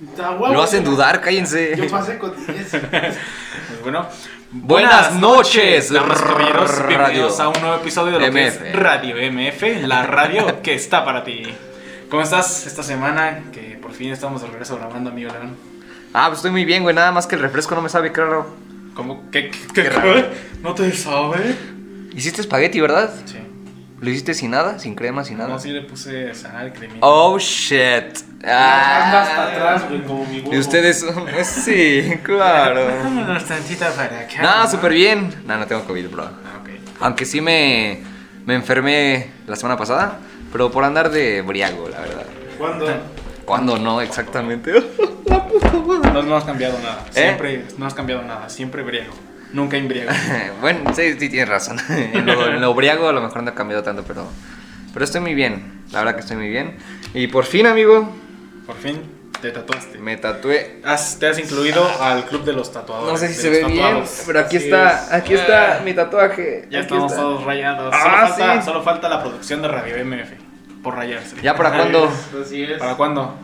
Lo hacen dudar, cállense. Yo pasé con 10. Pues bueno, Buenas noches, damas y caballeros. radio. Bienvenidos a un nuevo episodio de lo que MF. es Radio MF, la radio que está para ti. ¿Cómo estás esta semana? Que por fin estamos de regreso grabando, amigo León. Ah, pues estoy muy bien, güey. Nada más que el refresco no me sabe, claro. ¿Cómo? ¿Qué? ¿Qué? qué- Qué raro. ¿No te sabe? Hiciste espagueti, ¿verdad? Sí. Lo hiciste sin nada, sin crema, sin No, nada. sí le puse sal, cremita. Oh shit. Anda hasta Ah. atrás, güey, como mi huevo. Y ustedes. Sí, claro. Vámonos tantita para acá. Nada, súper bien. No, no tengo COVID, bro. Ah, ok. Aunque sí me, me enfermé la semana pasada, pero por andar de briago, la verdad. ¿Cuándo? ¿Cuándo no exactamente? La puta madre. No, no has cambiado nada. ¿Eh? Siempre no has cambiado nada. Siempre briego. Nunca embriago. bueno, sí, sí tienes razón. en, lo, en lo briago a lo mejor no ha cambiado tanto, pero, pero estoy muy bien. La verdad que estoy muy bien. Y por fin, amigo, Por fin te tatuaste. me tatué. Has- te has incluido al club de los tatuadores. Ah. No sé si de se los ve bien, tatuados. pero aquí Así está, es. aquí está Ah. mi tatuaje. Ya Aquí estamos está. todos rayados. Ah, solo, falta, sí. solo falta la producción de Radio MF. Por rayarse. ¿Ya para cuándo? Así es. ¿Para cuándo?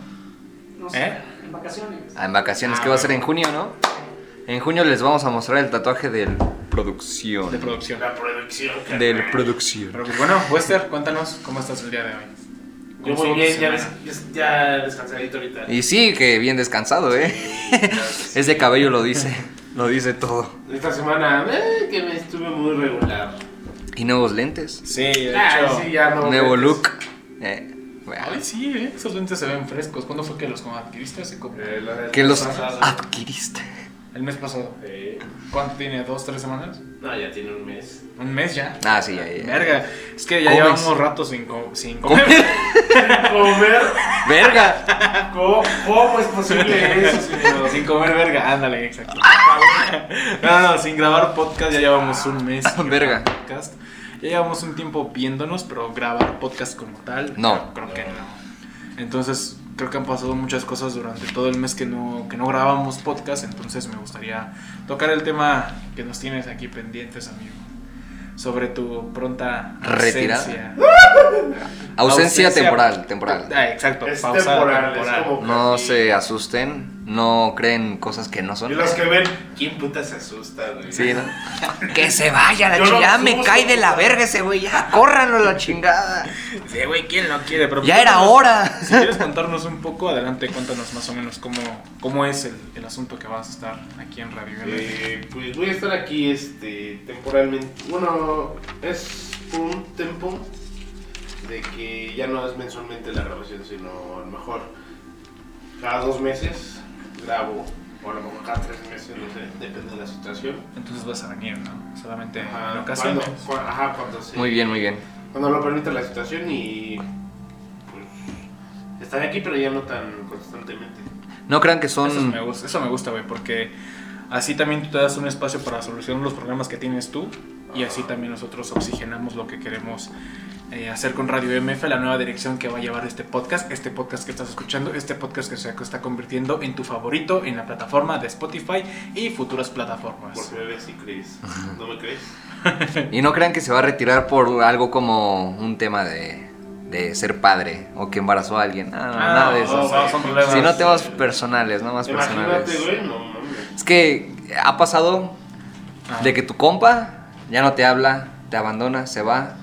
No sé, ¿Eh? en vacaciones. Ah, en vacaciones, Ah, que va a ser bueno. en junio, ¿no? En junio les vamos a mostrar el tatuaje del producción. De producción. La producción. cara. Del producción. Pero pues bueno, Wester, cuéntanos cómo estás el día de hoy. Yo ¿Cómo muy estuvo tu bien, ya, semana? ves- ya descansadito ahorita. Y sí, que bien descansado, ¿eh? Ese cabello lo dice, lo dice todo. Esta semana, eh, que me estuve muy regular. Y nuevos lentes, Sí, de hecho. Ay, Ah, sí, ya no. nuevo metes. look. Eh, bueno, Ay, sí, eh, esos lentes se ven frescos. ¿Cuándo fue que los adquiriste? Hace como- Eh, la- que los pasado. adquiriste. El mes pasado. Eh, ¿Cuánto tiene? ¿Dos, tres semanas? no, ya tiene un mes. ¿Un mes ya? Ah, sí, ya, ya. Verga, es que ya ¿Comes? llevamos rato sin, co- sin comer. Comer, Verga. ¿cómo, cómo es posible eso, señor? sin comer verga, ándale, exacto. No, no, sin grabar podcast ya llevamos un mes. sin grabar Verga. Podcast. Ya llevamos un tiempo viéndonos, pero grabar podcast como tal, No. creo que no. Entonces, creo que han pasado muchas cosas durante todo el mes que no, que no grabamos podcast, entonces me gustaría tocar el tema que nos tienes aquí pendientes, amigo. Sobre tu pronta Retirada. ausencia. Ausencia temporal, temporal. Ah, exacto, Es pausada, temporal, temporal. es como. No casi- se asusten, no creen cosas que no Y son. los que ven, ¿quién puta se asusta, güey? Sí, ¿no? Que se vaya la Yo no chingada, me me asusto. cae de la verga ese güey, ya, córranlo la chingada. Sí, güey, ¿quién lo quiere? Pero pues, Ya era cuéntanos- hora. Si quieres contarnos un poco, adelante, cuéntanos más o menos cómo, cómo es el, el asunto que vas a estar aquí en Radio Verde. Eh, pues voy a estar aquí este temporalmente. Bueno, es un tiempo de que ya no es mensualmente la grabación, sino a lo mejor cada dos meses grabo, o a lo mejor cada tres meses, no sé, depende de la situación. Entonces vas a venir, ¿no? Solamente en Ajá, ocasiones. cuando- cua- ajá, cuando se- Muy bien, muy bien. Cuando lo permite la situación y pues estaré aquí, pero ya no tan constantemente. No crean que Eso son me gusta, eso me gusta, güey, porque así también tú te das un espacio para solucionar los problemas que tienes tú y así también nosotros oxigenamos lo que queremos eh, hacer con Radio MF, la nueva dirección que va a llevar este podcast, este podcast que estás escuchando, este podcast que se está convirtiendo en tu favorito en la plataforma de Spotify y futuras plataformas. Porque me ves y crees. ¿No me crees? Y no crean que se va a retirar por algo como un tema de, de ser padre o que embarazó a alguien. Ah, no, nada de no, eso. no, son problemas. Si no, temas personales, no más Imagínate, personales. güey, no mames. Es que ha pasado Ajá. de que tu compa ya no te habla, te abandona, se va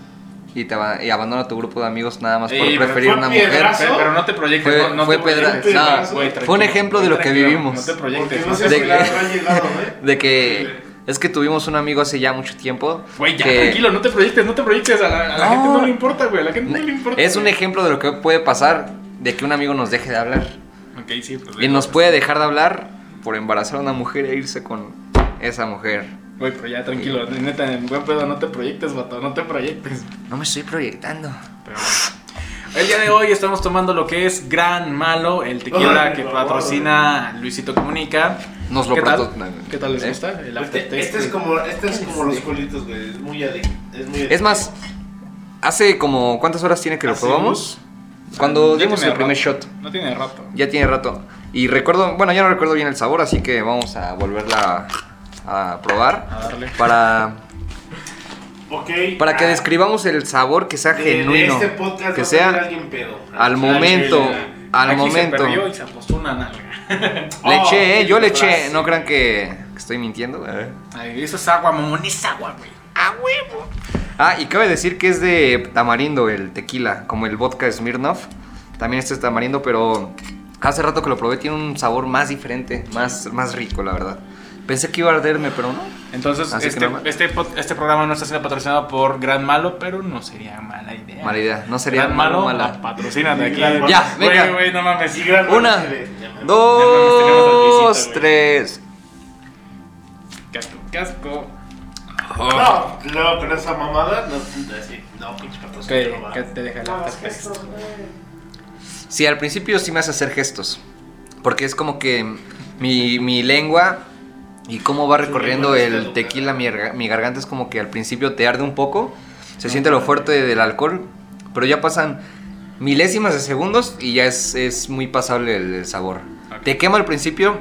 y, te va- y abandona tu grupo de amigos nada más por Ey, pero preferir fue una mujer. piedrazo. Pero, pero no te proyectes, Fue- no, no fue te pedra- proyectes. no, Güey, fue un tranquilo, ejemplo de lo que tranquilo, vivimos. No te Porque proyectes. no sé de si que- la habrán llegado, ¿eh? De que es que tuvimos un amigo hace ya mucho tiempo. Güey, ya, que- tranquilo, no te proyectes, no te proyectes. A la, a la No. gente no le importa, güey. A la gente no le importa. Es un güey. ejemplo de lo que puede pasar de que un amigo nos deje de hablar. Ok, sí, pues, Y nos puede dejar de hablar por embarazar a una mujer e irse con esa mujer. Güey, pero ya, tranquilo. Neta, en buen pedo, no te proyectes, vato. No te proyectes. No me estoy proyectando. Pero bueno. El día de hoy estamos tomando lo que es Gran Malo, el tequila Ay, que por favor. patrocina Luisito Comunica. Nos lo ¿Qué tal? patrocinan. ¿Qué tal les ¿Eh? gusta? El Este, aftertaste. este es como, este es como los colitos, güey. Es muy adicto. Es, muy Es más, hace como. ¿Cuántas horas tiene que lo Hace probamos? Ya Cuando tiene dimos el rato. primer shot. No tiene rato. Ya tiene rato. Y recuerdo. Bueno, ya no recuerdo bien el sabor, así que vamos a volverla a, a A probar. darle. Para, Ok. para que Ah, describamos el sabor que sea de- de genuino. este podcast que va a sea salir alguien pedo. al momento. chile. Al Aquí momento. Se perdió y se apostó una nalga. Le Oh, eché, ¿eh? Yo le eché. frase. No crean que, que estoy mintiendo. ¿eh? Oh. Ay, eso es agua, mamón, es agua, güey. ¡A huevo! Ah, y cabe decir que es de tamarindo el tequila, como el vodka Smirnoff. También este es tamarindo, pero hace rato que lo probé tiene un sabor más diferente, más, más rico, la verdad. Pensé que iba a arderme, pero no. Entonces, Así que este, no- este, pod- este programa no está siendo patrocinado por Gran Malo, pero no sería mala idea. Mala idea, no sería Gran malo, Malo, mala. ah, patrocínate aquí. Ya, Güey, venga. güey, no mames. Y gran Una, noche de- ya mames, tenemos al dos, Luisito, güey. tres. Casco, casco. No, Oh. luego con esa mamada, no, así, no, pinche patrocinio. no va. Ok, que te deja Ah, las esto, cascas. eh. Sí, al principio sí me hace hacer gestos. Porque es como que mi, mi lengua y cómo va recorriendo lengua está el educada. tequila mi, garga- mi garganta es como que al principio te arde un poco. Se siente lo fuerte del alcohol. Pero ya pasan milésimas de segundos y ya es, es muy pasable el, el sabor. Ok. Te quema al principio,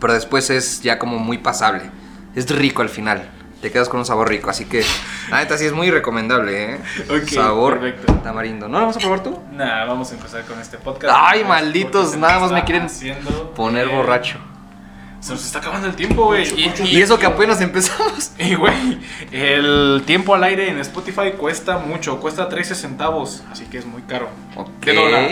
pero después es ya como muy pasable. Es rico al final. Te quedas con un sabor rico. Así que, la neta, sí es muy recomendable, ¿eh? Ok, sabor perfecto. tamarindo. ¿No lo vas a probar tú? Nah, vamos a empezar con este podcast. Ay, Porque malditos, se nada nos más me está quieren haciendo, Poner eh, borracho. Se nos está acabando el tiempo, güey. Y, Y eso que apenas empezamos. Y, güey, el tiempo al aire en Spotify cuesta mucho, cuesta 13 centavos, así que es muy caro. Ok. De dólar.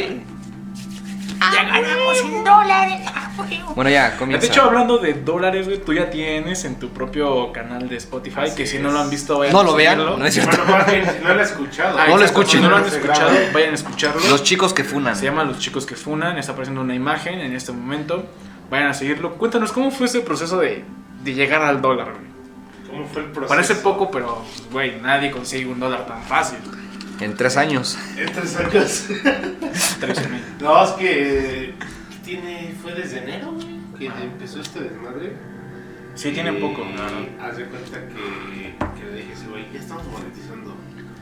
Ya ganamos un dólar. Ah, bueno. Bueno, ya, De comienza. hecho, hablando de dólares, güey, tú ya tienes en tu propio canal de Spotify, Así que si es. no lo han visto, vayan No a lo vean, seguirlo. no es cierto. Bueno, más bien, si no lo he escuchado. Ah, No lo exacto, escuchen. No lo han Se escuchado, graba. vayan a escucharlo. Los chicos que funan. Se llama Los Chicos que Funan, está apareciendo una imagen en este momento. Vayan a seguirlo. Cuéntanos, ¿cómo fue ese proceso de, de llegar al dólar, güey? ¿Cómo fue el proceso? Parece poco, pero, pues, güey, nadie consigue un dólar tan fácil. En tres años. En tres años. 13 mil. No, es que. ¿qué tiene? ¿Fue desde enero, güey? Que empezó este desmadre. Sí, tiene Y poco. Eh, Haz de cuenta que, que le dije a ese güey, ya estamos monetizando.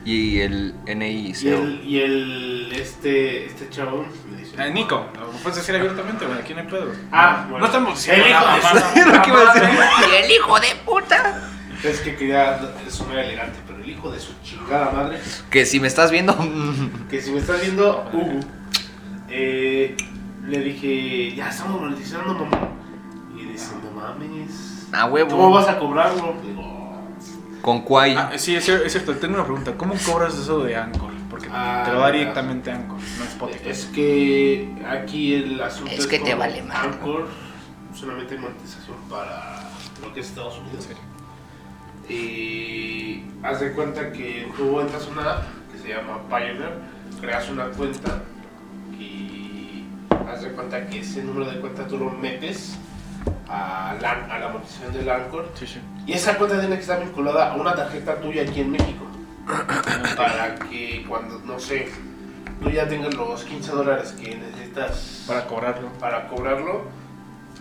Y el NI. Y el, y el este, este chavo me dice. Eh, Nico, lo puedes decir abiertamente, güey, aquí no hay pedo. Ah, bueno. No estamos El hijo de su- Lo que iba a decir. Y el hijo de puta. Es que quería sonar elegante, pero el hijo de su chingada madre, Que si me estás viendo. que si me estás viendo, Hugo, eh, le dije, ya estamos monetizando, mamá. Y dice, no mames. A huevo. ¿Cómo vas a cobrarlo? Digo, Con Kwai. Ah, sí, es cier- es cierto. Tengo una pregunta. ¿Cómo cobras eso de Anchor? Porque Ah, te lo da directamente Anchor, no Spotify. es que aquí el asunto pues, Es que te como vale madre. Anchor, solamente hay monetización para lo que es Estados Unidos. Sí. Y haz de cuenta que tú entras a una app que se llama Pioneer, creas una cuenta y haz de cuenta que ese número de cuenta tú lo metes a la, a la monetización del Anchor Sí, sí. y esa cuenta tiene que estar vinculada a una tarjeta tuya aquí en México para que cuando, no sé, tú ya tengas los 15 dólares que necesitas Para cobrarlo. para cobrarlo,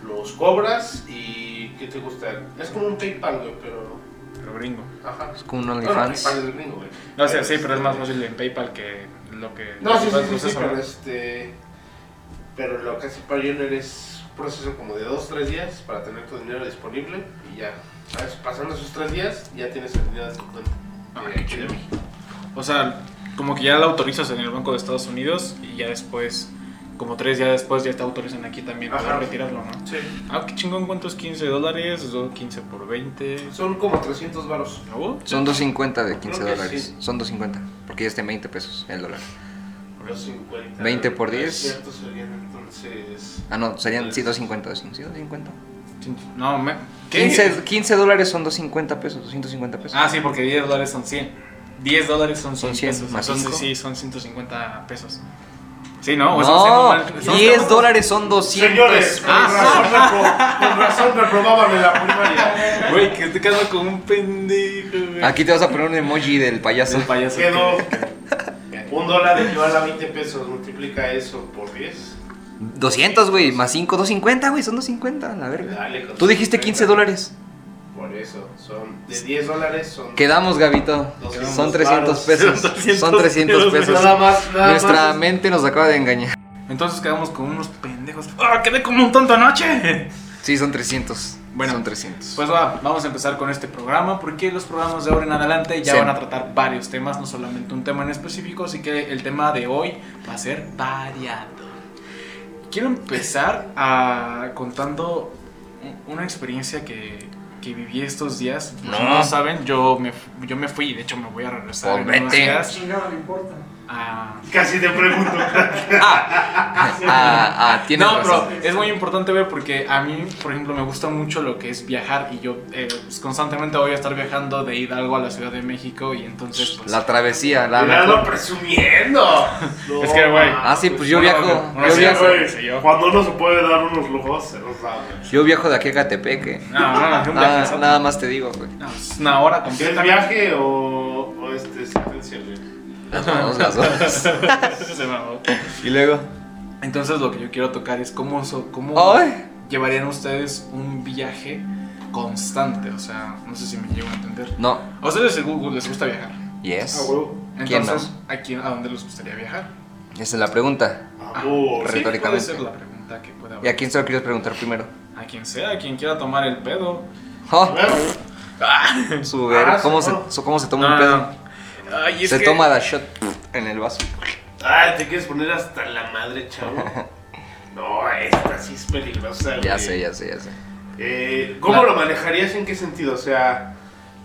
los cobras y ¿qué te gusta? Es como un PayPal, güey, pero... Pero gringo. Ajá. Es como un Bueno, PayPal OnlyFans. es gringo, güey. No, o sea, sí, pero este, es más fácil en PayPal que lo que. No, sí, sí, lo que sí, sí, usas ahora. pero este... Pero lo que hace Pioneer es un proceso como de 2-3 días para tener tu dinero disponible y ya. ¿Sabes? Pasando esos 3 días ya tienes el dinero de tu cuenta. Ah, de qué aquí de chido. México. O sea, como que ya la autorizas en el Banco de Estados Unidos y ya después, como tres días después, ya te autorizan aquí también para Ajá. retirarlo, ¿no? Sí. Ah, qué chingón, ¿cuántos? 15 dólares, Do- 15 por 20. Son como 300 varos. ¿No? Son 2.50 Creo de 15 que dólares. sí. Son 2.50. Porque ya está en 20 pesos el dólar. Los 50. 20 por No es 10. cierto, serían entonces. Ah, no, serían. Sí, 2.50. sí, Sí, 2.50. No, me... ¿qué? 15, 15 dólares son 250 pesos. 250 pesos. Ah, sí, porque 10 dólares son 100. 10 dólares son 100 Son 100 pesos. más entonces cinco. sí, son 150 pesos. Sí, ¿no? O sea, haciendo No, mal- son- 10 dólares son 200 Señores, ah, con razón, repro- con razón reprobaban en la primaria. Güey, que te quedas con un pendejo, güey. Aquí te vas a poner un emoji del payaso. El payaso. Quedó un dólar equivale a 20 pesos. Multiplica eso por 10. 200, güey, más 5, 250, güey, son 250, la verga. Dale con Tú dijiste 15 dólares. Por eso, son de 10 dólares. Son Quedamos, Gabito. Quedamos Son 300 varos. pesos. Son 300 Son 300 pesos. pesos. Nada más, nada Nuestra más. mente nos acaba de engañar. Entonces quedamos con unos pendejos. ¡Ah, quedé como un tonto anoche! Sí, son 300. Bueno, son 300. Pues va, vamos a empezar con este programa porque los programas de ahora en adelante ya Sí. van a tratar varios temas, no solamente un tema en específico, así que el tema de hoy va a ser variado. Quiero empezar a contando un- una experiencia que, que viví estos días. Pues, No. No. saben, yo me, fu- yo me fui, de hecho me voy a regresar. en Pues unos vete. días Chingado, no importa. a- Casi te pregunto. Ah, ah, tienes no, razón. pero es muy importante, güey, porque a mí, por ejemplo, me gusta mucho lo que es viajar y yo eh, pues, constantemente voy a estar viajando de Hidalgo a la Ciudad de México y entonces, pues... La travesía, la Cuidado mejor. presumiendo. No, Es que, güey. Ah, sí, pues yo Una viajo. hoja, una Yo Sí, viajo, güey, Sí, yo. Cuando uno se puede dar unos lujos, se los da. güey. yo viajo de aquí a Catepeque. No, no, no, es un viaje, Nada, ¿sabes? nada más te digo, güey. No, es una hora ¿Si es completa. viaje o, o este, sentencia, güey? Las dos, las dos. Se mamó. Y luego. Entonces lo que yo quiero tocar es cómo, so- cómo Ay. llevarían ustedes un viaje constante. O sea, no sé si me llego a entender. No. ¿A ustedes les gu- les gusta viajar? Yes. Ah, A huevo. ¿Quién no? Entonces, ¿a, quién, ¿a dónde les gustaría viajar? Esa es la pregunta. A huevo. re- Ah, Sí, puede Retóricamente. ser la pregunta que pueda ¿Y a quién se lo quieres preguntar primero? A quien sea, a quien quiera tomar el pedo. Oh, Huevo. su ver, Ah, ¿cómo, sí, se, no. su- ¿Cómo se toma No, un pedo? no. Ay, es Se que- toma la shot en el vaso. Ay, te quieres poner hasta la madre, chavo. No, esta sí es peligrosa. Ya güey. sé, ya sé, ya sé. Eh, ¿Cómo Claro. lo manejarías? ¿En qué sentido? O sea,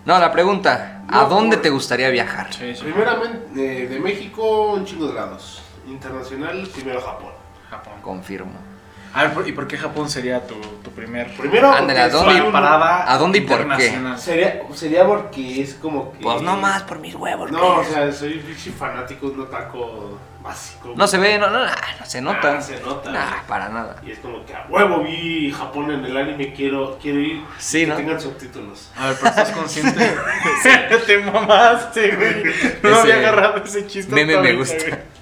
No, la pregunta. ¿A No, dónde por- te gustaría viajar? Sí, sí. primeramente, eh, de México, un chingo de lados. Internacional, primero Japón. Japón. Confirmo. A ver, ¿por- ¿y por qué Japón sería tu, tu primer Primero, Ándale, ¿a porque dónde? soy un- parada? ¿A dónde y por qué? internacional? Sería, sería porque es como que. Pues no más por mis huevos. No, o sea, soy un pinche fanático, un otaco básico. No se ve, no, no, nah, no se nota. Ah, se nota. Nah, para nada. Y es como que a huevo vi Japón en el anime, quiero, quiero ir. Sí, que ¿no? tengan subtítulos. A ver, pero estás consciente. Te mamaste, güey. No Ese había agarrado ese chiste. meme hasta me ahorita, gusta. güey.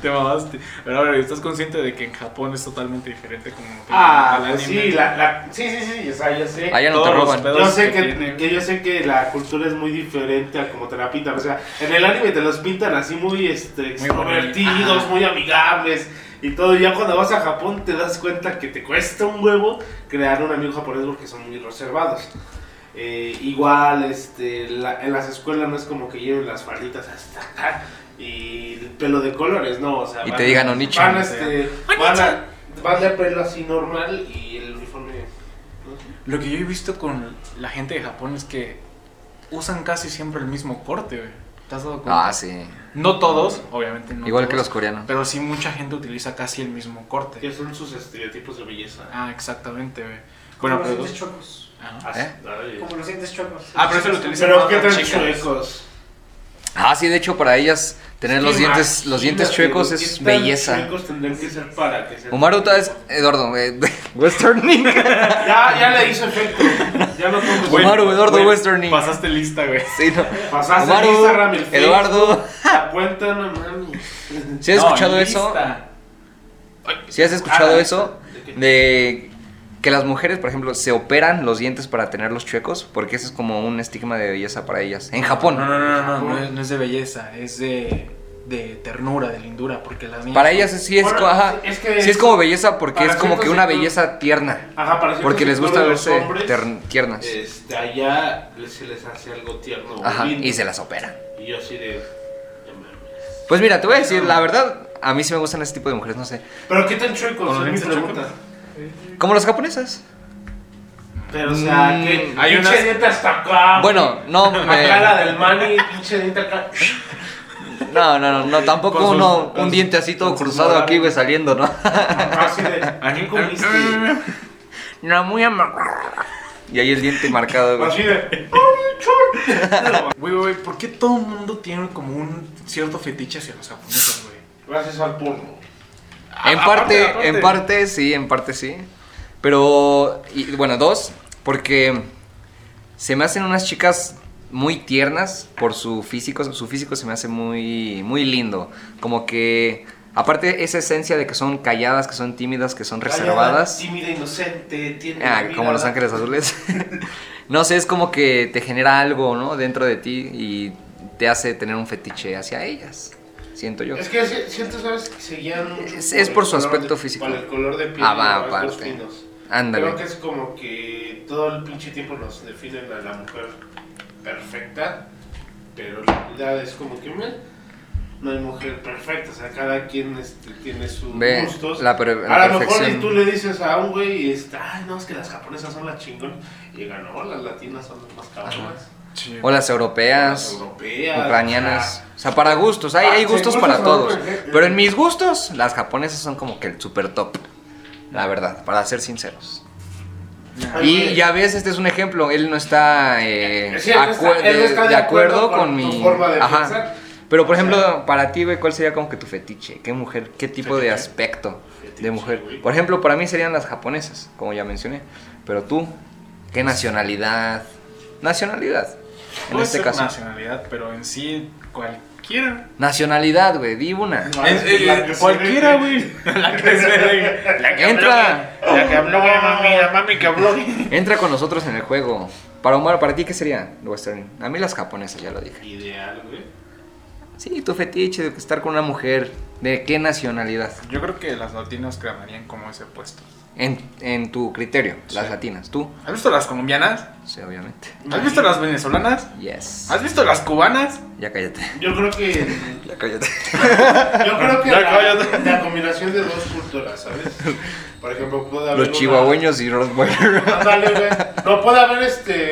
Te mamaste. Pero ahora, ¿estás consciente de que en Japón es totalmente diferente como Ah, al pues anime? sí, la, la- sí, sí, sí, o sea, yo sé. Allá no te Todos los roban. pedos Yo sé que que, tiene. que yo sé que la cultura es muy diferente a como te la pintan. O sea, en el anime te los pintan así muy este, bonito. extrovertidos, Ajá. muy amigables y todo. Y ya cuando vas a Japón te das cuenta que te cuesta un huevo crear un amigo japonés porque son muy reservados. Eh, igual, este, la- en las escuelas no es como que lleven las falditas hasta acá y el pelo de colores, no, o sea. Y van- te digan "Onichi". Van, este, van, a- van de pelo así normal y el uniforme. ¿no? Lo que yo he visto con la gente de Japón es que usan casi siempre el mismo corte, güey. ¿Te has dado cuenta? Ah, sí. No todos, obviamente no Igual que todos, los coreanos. Pero sí mucha gente utiliza casi el mismo corte. Que son sus estereotipos de belleza. Ah, exactamente, güey. Bueno, Bueno, como pues, pero... los dos- dientes chocos. Ah. Así, ¿Eh? ay. Como los dientes chocos. Ah, pero eso lo utilizan Pero más qué las tan chicas. chuecos. Ah, sí, de hecho, para ellas tener los dientes, los dientes Imagínate, chuecos ¿qué es tan belleza. chuecos tendrían que ser para que sean- Umaruta es. Eduardo, eh, Westerning. Ya, ya le hizo efecto. Ya lo tomo. Güey, Umaru, Eduardo güey, Westerning. Pasaste lista, güey. Sí, no. Pasaste Umaru, el Instagram, el Facebook, Eduardo. La cuenta, no mames. ¿Sí has No, escuchado eso? lista. ¿Sí has escuchado Ah, eso? ¿de qué? De que las mujeres, por ejemplo, se operan los dientes para tenerlos chuecos, porque ese es como un estigma de belleza para ellas. En Japón. No, no, no, no, no, no es, no es de belleza, es de, de ternura, de lindura, porque las niñas... Para ellas sí es, Bueno, co- ajá, es que- sí es como belleza porque para es como que cierto una sector- belleza tierna. Ajá, para cierto Porque les sector gusta de los verse hombres, tern- tiernas. Este, allá se les hace algo tierno. o Ajá, lindo. y se las operan. Y yo así de. no mames. Pues mira, te voy a decir, la verdad, a mí sí me gustan ese tipo de mujeres, no sé. Pero qué tan chuecos, Con es mi lentes chuecos. pregunta. Como las japonesas. Pero, o sea, Mm, que hay hay pinche unas- dieta hasta acá. Bueno, eh, no me- Acá la del mani, pinche dieta acá. No, no, no, no tampoco Con sus- uno, con un sus- diente así todo con sus cruzado morales. aquí, güey, saliendo, ¿no? Así de. ¿A ¿Qué quién comiste? comiste? No, muy amable. Y ahí el diente marcado, güey. Así de. Güey, güey, güey, ¿por qué todo el mundo tiene como un cierto fetiche hacia los japoneses, güey? Gracias al porno. En A- parte, aparte, en aparte. parte sí, en parte sí. Pero, y, bueno, dos, porque se me hacen unas chicas muy tiernas por su físico. Su físico se me hace muy, muy lindo. Como que, aparte, esa esencia de que son calladas, que son tímidas, que son Callada, reservadas. Tímida, inocente, tiene. Ah, una como Los mirada. Ángeles Azules. no sé, es como que te genera algo, ¿no? Dentro de ti y te hace tener un fetiche hacia ellas. Siento yo. Es que si- siento, ¿sabes? Que se guían mucho Es- es el por su color aspecto de- físico. Para el color de piel. Ah, y va, los rasgos aparte. finos. Creo que Ándale. es como que todo el pinche tiempo nos definen a la mujer perfecta, pero la realidad es como que me no hay mujer perfecta, o sea, cada quien este, tiene sus Ve, gustos. la per- la a lo mejor perfección. y tú le dices a un güey, este, ay, no, es que las japonesas son las chingonas, y digan, no, las latinas son las más cabronas. Sí. O las europeas, Las europeas. ucranianas. O sea, para gustos, hay, Ah, hay sí, gustos gustos para son todos. perfectos. Pero en mis gustos, las japonesas son como que el super top. La verdad, para ser sinceros. Nah. Y ya ves, este es un ejemplo. Él no está, eh, Sí, él no está- acue- él no de, está de de acuerdo acuerdo con con, tu mi. forma de pensar. Pero por O sea- ejemplo, para ti, güey, ¿cuál sería como que tu fetiche? ¿Qué mujer? ¿Qué tipo de Fetiche. aspecto de Fetiche, mujer? güey. Por ejemplo, para mí serían las japonesas, como ya mencioné. Pero tú, Pues, ¿qué nacionalidad? Nacionalidad. En Puede este ser caso. nacionalidad, pero en sí cualquiera. Nacionalidad, güey, di una. No, es Eh, eh, la que se cualquiera, deje. güey. La que se deje. La que Entra. blogue. La que habló, mami, la mami que habló. Entra con nosotros en el juego. Para Omar, ¿para ti qué sería Western? A mí las japonesas, ya lo dije. Ideal, güey. Sí, tu fetiche de estar con una mujer. ¿De qué nacionalidad? Yo creo que las latinas clamarían como ese puesto. En, en tu criterio, las Sí. latinas. ¿Tú? ¿Has visto las colombianas? Sí, obviamente. ¿Has visto las venezolanas? Yes. ¿Has visto las cubanas? Ya cállate. Yo creo que, Ya cállate. yo creo que Ya la, cállate. la combinación de dos culturas, ¿sabes? Por ejemplo, puede haber. Los una- chihuahueños y los Ándale, güey. No puede haber este.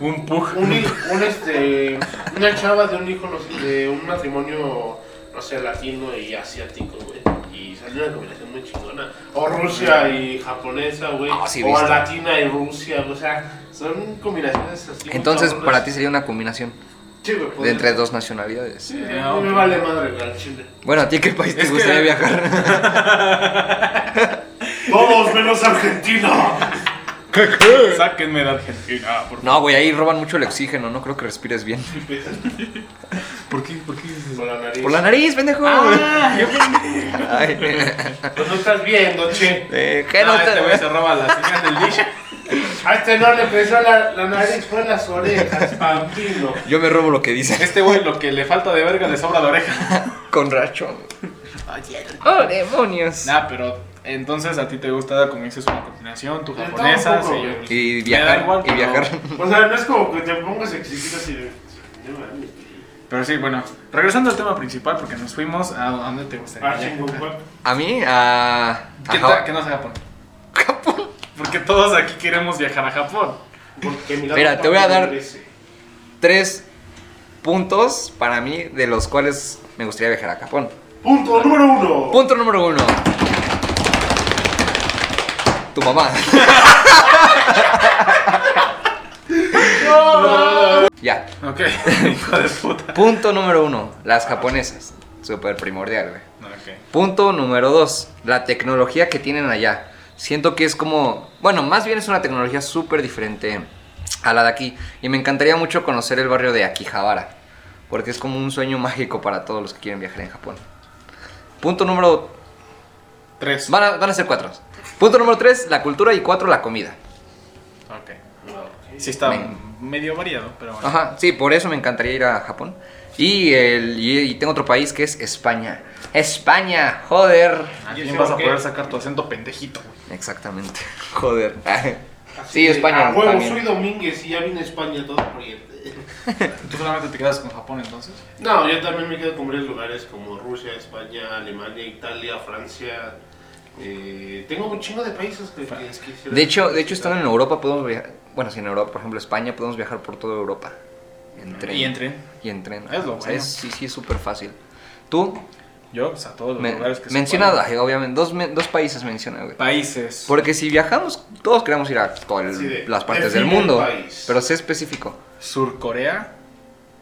Un pug. un, hi- un, este una chava de un hijo no sé, de un matrimonio no sé latino y asiático güey y salió una combinación muy chingona o Rusia y japonesa güey Ah, sí, he o visto. latina y Rusia o sea son combinaciones así muy Entonces, cabronas. para ti sería una combinación sí, güey, de Pues, podría- entre dos nacionalidades. sí, sí, Ah, a mí me ok. vale madre güey, al chile Bueno, ¿a ti qué país te Es que- gustaría viajar? todos menos Argentina Sáquenme de Argentina, por No, güey, ahí roban mucho el oxígeno, no creo que respires bien. ¿Por qué? ¿Por qué dices por la nariz Por la nariz, pendejo. Ah, yo Ay, pues no estás viendo che eh, ¿qué no no, este güey se te... roba las señal del dish. a este no le pesó la, la nariz fue las orejas Pampino Yo me robo lo que dice. Este güey lo que le falta de verga le sobra la oreja. Con racho. Oh, demonios. Nah, pero entonces a ti te gusta, como dices, una combinación, tu Está un japonesa, poco, sí, güey. yo- Y me da viajar, igual, y pero- viajar. O sea, no es como que te pongas exquisito así de. "No mames". Pero sí, bueno, regresando al tema principal, porque nos fuimos a a dónde te gustaría. Ah, viajar? chingo, güey. A mí, ah, a... a ¿Qué, Ja- tal que no sea Japón? ¿Japón? Porque todos aquí queremos viajar a Japón. Porque mi lado Mira, te voy a dar- merece. tres puntos para mí de los cuales me gustaría viajar a Japón. Punto número uno. Punto número uno. Tu mamá. ya. Ok, hijo de puta. Punto número uno. Las japonesas. Súper primordial, güey. Ok. Punto número dos. La tecnología que tienen allá. Siento que es como... Bueno, más bien es una tecnología súper diferente a la de aquí. Y me encantaría mucho conocer el barrio de Akihabara. Porque es como un sueño mágico para todos los que quieren viajar en Japón. Punto número Tres. Van a, van a ser cuatro. Punto número tres, la cultura y cuatro, la comida. Ok. Sí está Me- medio variado, pero bueno. Ajá, sí, por eso me encantaría ir a Japón. Y, el, y, y tengo otro país que es España. España, joder. Al ¿Y fin eso vas a qué? poder sacar tu acento pendejito, güey. Exactamente, joder. Así Sí, de, España. "Ah, A huevo, también. soy Domínguez y ya vine a España todo por ahí. ¿Tú solamente te quedas con Japón entonces? No, yo también me quedo con varios lugares como Rusia, España, Alemania, Italia, Francia. Eh, tengo un chingo de países que, que quisiera. De hecho, de hecho, estando en Europa podemos viajar. Bueno, si en Europa, por ejemplo, España, podemos viajar por toda Europa. En tren. Ah, Y en tren. Y en tren. Es lo O sea, bueno. sí, sí, es súper fácil. Tú, Yo, o sea, todos los men- lugares que se menciona, puedan. ay, obviamente, dos, men- dos países menciona, güey. Países. Porque si viajamos, todos queremos ir a todas Sí, de- las partes del define el mundo. país. Pero sé específico. Sur Corea.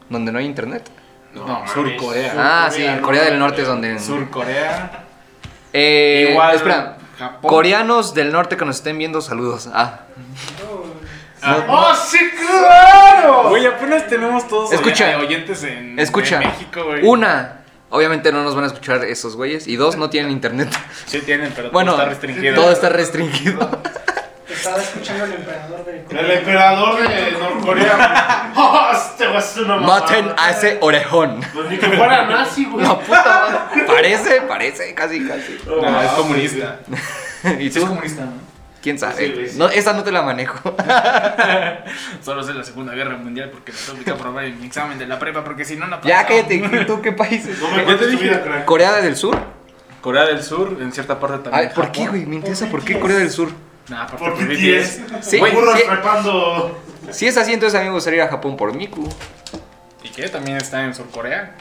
Donde no hay internet. No, No, mames. Sur Corea. Ah, Ah, sí, Corea, en ¿no? Corea del Norte es donde. Sur Corea. Eh, Igual, Espera. Japón. Coreanos del norte que nos estén viendo, saludos. Ah, Ah, ¡Oh, sí, claro! Güey, apenas tenemos todos Escucha. oy- oyentes en escucha. en México, güey. Una, obviamente no nos van a escuchar esos güeyes. Y dos, no tienen internet. Sí tienen, pero Bueno, todo está restringido. todo está restringido. Estaba escuchando al emperador de El emperador de Norcorea. ¡Oh, este va a ser una mamada. Maten a ese orejón. Pues ni que fuera nazi, güey. La puta madre. Parece, parece, casi, casi. No, es comunista. ¿Y Ah, Sí es tú? comunista, ¿no? ¿Quién Sí, sabe? güey. No, esa no te la manejo. Solo sé la Segunda Guerra Mundial porque lo tengo que aprobar en mi examen de la prepa porque si no, no ya pasaba. cállate, ¿tú qué países? No me cuentes tu vida, crack. ¿Corea del Sur? Corea del Sur, en cierta parte Ay, también. ¿Por Japón. qué, güey? Me interesa, ¿Por ¿por qué BTS? Corea del Sur? Nah, porque Por por BTS. BTS. Sí, Güey, burros sí. trepando. Si es así, entonces a mí me gustaría ir a Japón por Miku. ¿Y qué? También está en Surcorea.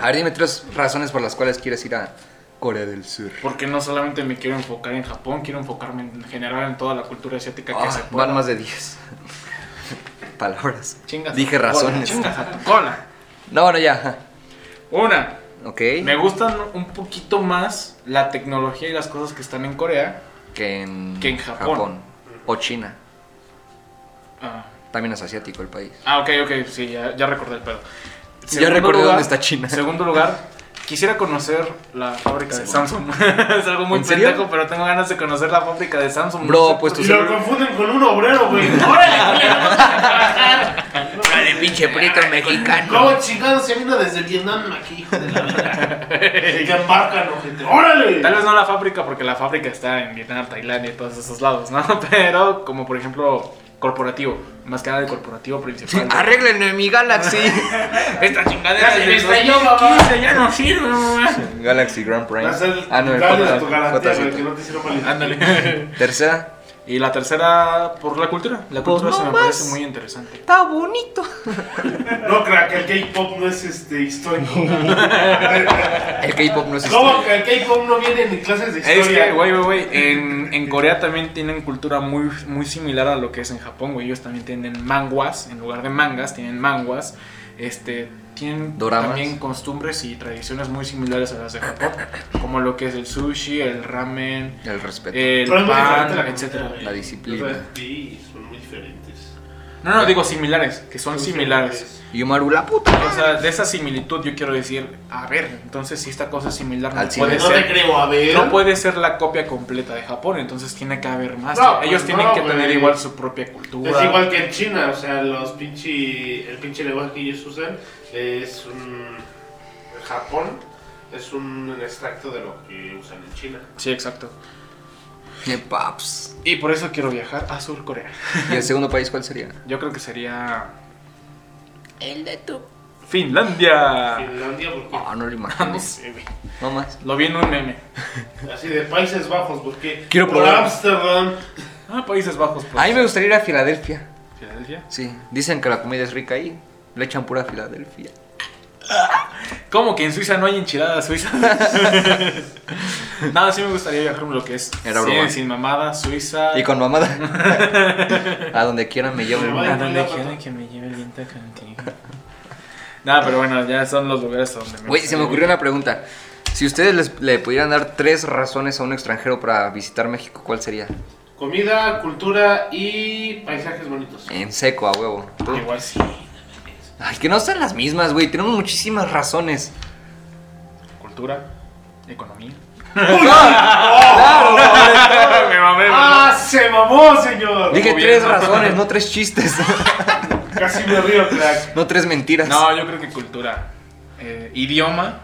A ver, dime tres razones por las cuales quieres ir a Corea del Sur. Porque no solamente me quiero enfocar en Japón, quiero enfocarme en general en toda la cultura asiática que Ah, se pueda. van más de 10 palabras. Chinga tu Dije cola, razones. Chingas a tu cola. No, no, ya. ajá. Una, Ok. me gustan un poquito más la tecnología y las cosas que están en Corea. Que en, que en Japón. O China. Ah, También es asiático el país. ah, ok, ok, sí, ya, ya recordé el pedo. Ya recordé dónde está China. Segundo lugar, quisiera conocer la fábrica de Samsung. es algo muy ¿En serio? pendejo, pero tengo ganas de conocer la fábrica de Samsung. Bro, No sé pues por Y tu qué. lo confunden con un obrero, güey. ¡Órale, culero, vamos a trabajar! Dale, pinche prieto Eh, ¿Cómo chingados se vino desde Vietnam aquí, hijo de la verga? Y que embarcan, ojete. ¡Órale! Tal vez no la fábrica, porque la fábrica está en Vietnam, Tailandia y todos esos lados, ¿no? Pero como por ejemplo corporativo, más que nada de corporativo principal. Arréglenme mi Galaxy. Esta chingadera Ya se del me estrelló, 2015 mamá. ya no sirve, mamá. Galaxy Grand Prime. Va a ser Ah, no, el dale J- tu garantía, güey, J7. que no te hicieron mal. Ándale. Tercera. Y la tercera, por la cultura. La Pues cultura se no me más. parece muy interesante. Está bonito. No, crack, el K-pop no es este, histórico. El K-pop no es este, ¿Cómo historia. que el K-pop no viene ni clases de historia? Es que, güey, güey, güey, en, en Corea también tienen cultura muy, muy similar a lo que es en Japón, güey. Ellos también tienen manguas, en lugar de mangas, tienen manguas. Este, tienen Doramas. también costumbres y tradiciones muy similares a las de Japón, como lo que es el sushi, el ramen, El respeto. el Pero es muy diferente pan, la etcétera. cultura, La güey. disciplina. O sea, Sí, son muy diferentes. No, no, digo similares, que son Son similares. Y Umaru la puta. O sea, de esa similitud yo quiero decir, a ver, entonces si esta cosa es similar, no Al puede cine. No te ser. creo, a ver. No puede ser la copia completa de Japón, entonces tiene que haber más. No, Ellos pues tienen no, que tener güey. igual su propia cultura. Es igual que en China, o sea, los pinche, el pinche lenguaje que ellos usan es un... Japón es un extracto de lo que usan en China. Sí, exacto. Eh, Paps. Y por eso quiero viajar a Sur Corea. ¿Y el segundo país cuál sería? Yo creo que sería El de tu. Finlandia. Finlandia, porque... Ah, no lo imagino. No sé, güey. No más. Lo vi en un meme. Así de Países Bajos, porque... Quiero por probar. Ámsterdam. Ah, Países Bajos. pues. A mí me gustaría ir a Filadelfia. Filadelfia. Sí. Dicen que la comida es rica ahí. Le echan pura Filadelfia. ¿Cómo que en Suiza no hay enchiladas suizas? Nada, sí me gustaría viajar a lo que es Era sí, broma. sin mamada, Suiza. Y con mamada. a donde quieran me lleven. Mamada. A donde quiera que me lleve el viento contigo. Nada, pero bueno, ya son los lugares a donde me Güey, se me gustaría ocurrió una pregunta. Si ustedes les- le pudieran dar tres razones a un extranjero para visitar México, ¿cuál sería? Comida, cultura y paisajes bonitos. En seco, a huevo. ir. Igual sí. Ay, que no sean las mismas, güey. Tenemos muchísimas razones. Cultura, economía. Claro, me mamé, ¡Ah, se mamó, señor! Dije Muy bien. tres razones, no tres chistes. Casi me río, crack. no tres mentiras. No, yo creo que cultura, eh, idioma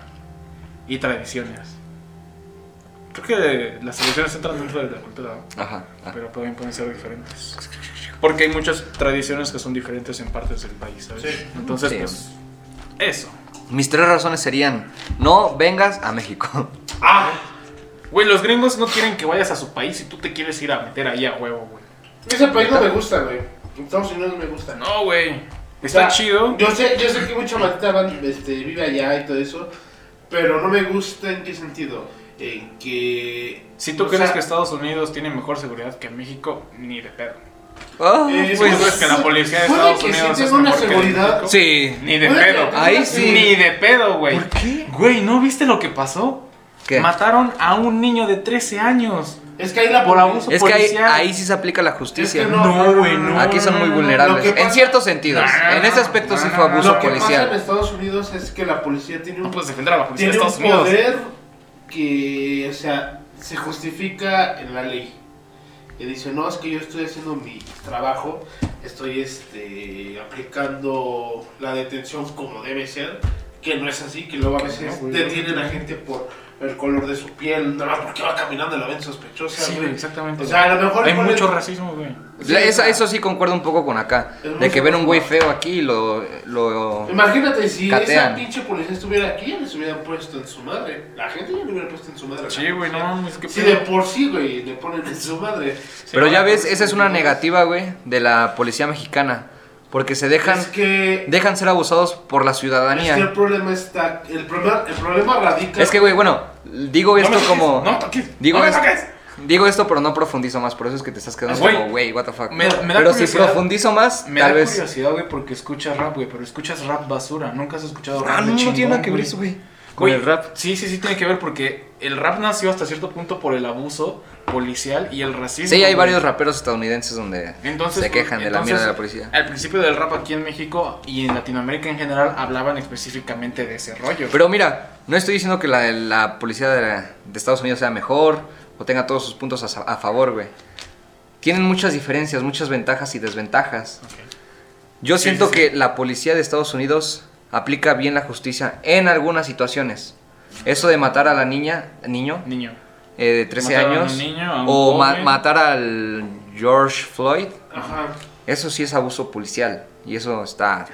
y tradiciones. Creo que las tradiciones entran dentro de la cultura, ¿no? Ajá. ah. pero también pueden ser diferentes. Porque hay muchas tradiciones que son diferentes en partes del país, ¿sabes? Sí. Entonces, Sí. pues, eso. Mis tres razones serían: no vengas a México. ¡Ah! Güey, los gringos no quieren que vayas a su país y tú te quieres ir a meter ahí a huevo, güey. Ese país no me gusta, güey. Estados Unidos no me gusta. No, güey. Está O sea, chido. Yo sé, yo sé que mucha matita van- este, vive allá y todo eso, pero no me gusta en qué sentido. En que. Si tú o crees sea, que Estados Unidos tiene mejor seguridad que México, ni de pedo. Ah, eh, pues, ¿tú crees que la policía de puede Estados que sí Unidos tenga es una mejor que de seguridad. México? sí. Ni de Puede que pedo. tenga Ahí sí. Ni de pedo, güey. ¿Por qué? Güey, ¿no viste lo que pasó? ¿Qué? Mataron a un niño de 13 años. Es que ahí la Por abuso. Es que ahí, policial. ahí sí se aplica la justicia. Es que no, No, güey, no. Aquí son muy vulnerables. Lo que pasa- en ciertos sentidos. No, en ese aspecto sí fue no, no, abuso Lo que pasa en policial. Estados Unidos es que la policía tiene No un, puedes defender a la policía de tiene un Pues Estados Unidos. poder que, o sea, se justifica en la ley. Que dice, no, es que yo estoy haciendo mi trabajo, estoy este, aplicando la detención como debe ser, que no es así, que luego a veces detienen a gente por el color de su piel, nada más porque va caminando la ven sospechosa. Sí, güey, exactamente. O sea, a lo mejor Hay ponen- mucho racismo, güey. Sí, La- esa- claro. eso sí concuerda un poco con acá. Es muy De que ven un famoso. güey feo aquí y lo, lo. Imagínate si Catean. esa pinche policía estuviera aquí, ya les hubiera puesto en su madre. La gente ya le hubiera puesto en su madre. a la Sí, güey, no policía. mames, qué Si pedo. de por sí, güey, le ponen en su madre. Pero ya ves, pues, esa es una no, negativa, güey, de la policía mexicana. Porque se dejan, Es que, dejan ser abusados por la es que el ciudadanía. problema está. El problema, el problema radica. Es que, güey, bueno, digo No me esto toques, como. no me toques, digo, no me es- toques. digo esto, pero no profundizo más. Por eso es que te estás quedando Güey, como, güey, what the fuck. me- me da pero si curiosidad. profundizo más, Me tal da vez. curiosidad, güey, porque escuchas rap, güey, pero escuchas rap basura. Nunca has escuchado rap Ah, de no, no chingón, tiene nada que ver eso, güey. Con Güey, el rap. Sí, sí, sí tiene que ver porque el rap nació hasta cierto punto por el abuso policial y el racismo. Sí, hay güey. varios raperos estadounidenses donde Entonces, pues, se quejan de la entonces, mierda de la policía. Al principio del rap aquí en México y en Latinoamérica en general hablaban específicamente de ese rollo. Pero mira, no estoy diciendo que la, la policía de, de Estados Unidos sea mejor o tenga todos sus puntos a, sa- a favor, güey. Tienen muchas diferencias, muchas ventajas y desventajas. Yo Sí, siento sí, que la policía de Estados Unidos aplica bien la justicia en algunas situaciones. Eso de matar a la niña, niño, Niño. eh, de 13 Matar a un años, niño, a un o ma- joven. matar al George Floyd, Ajá. eso sí es abuso policial y eso está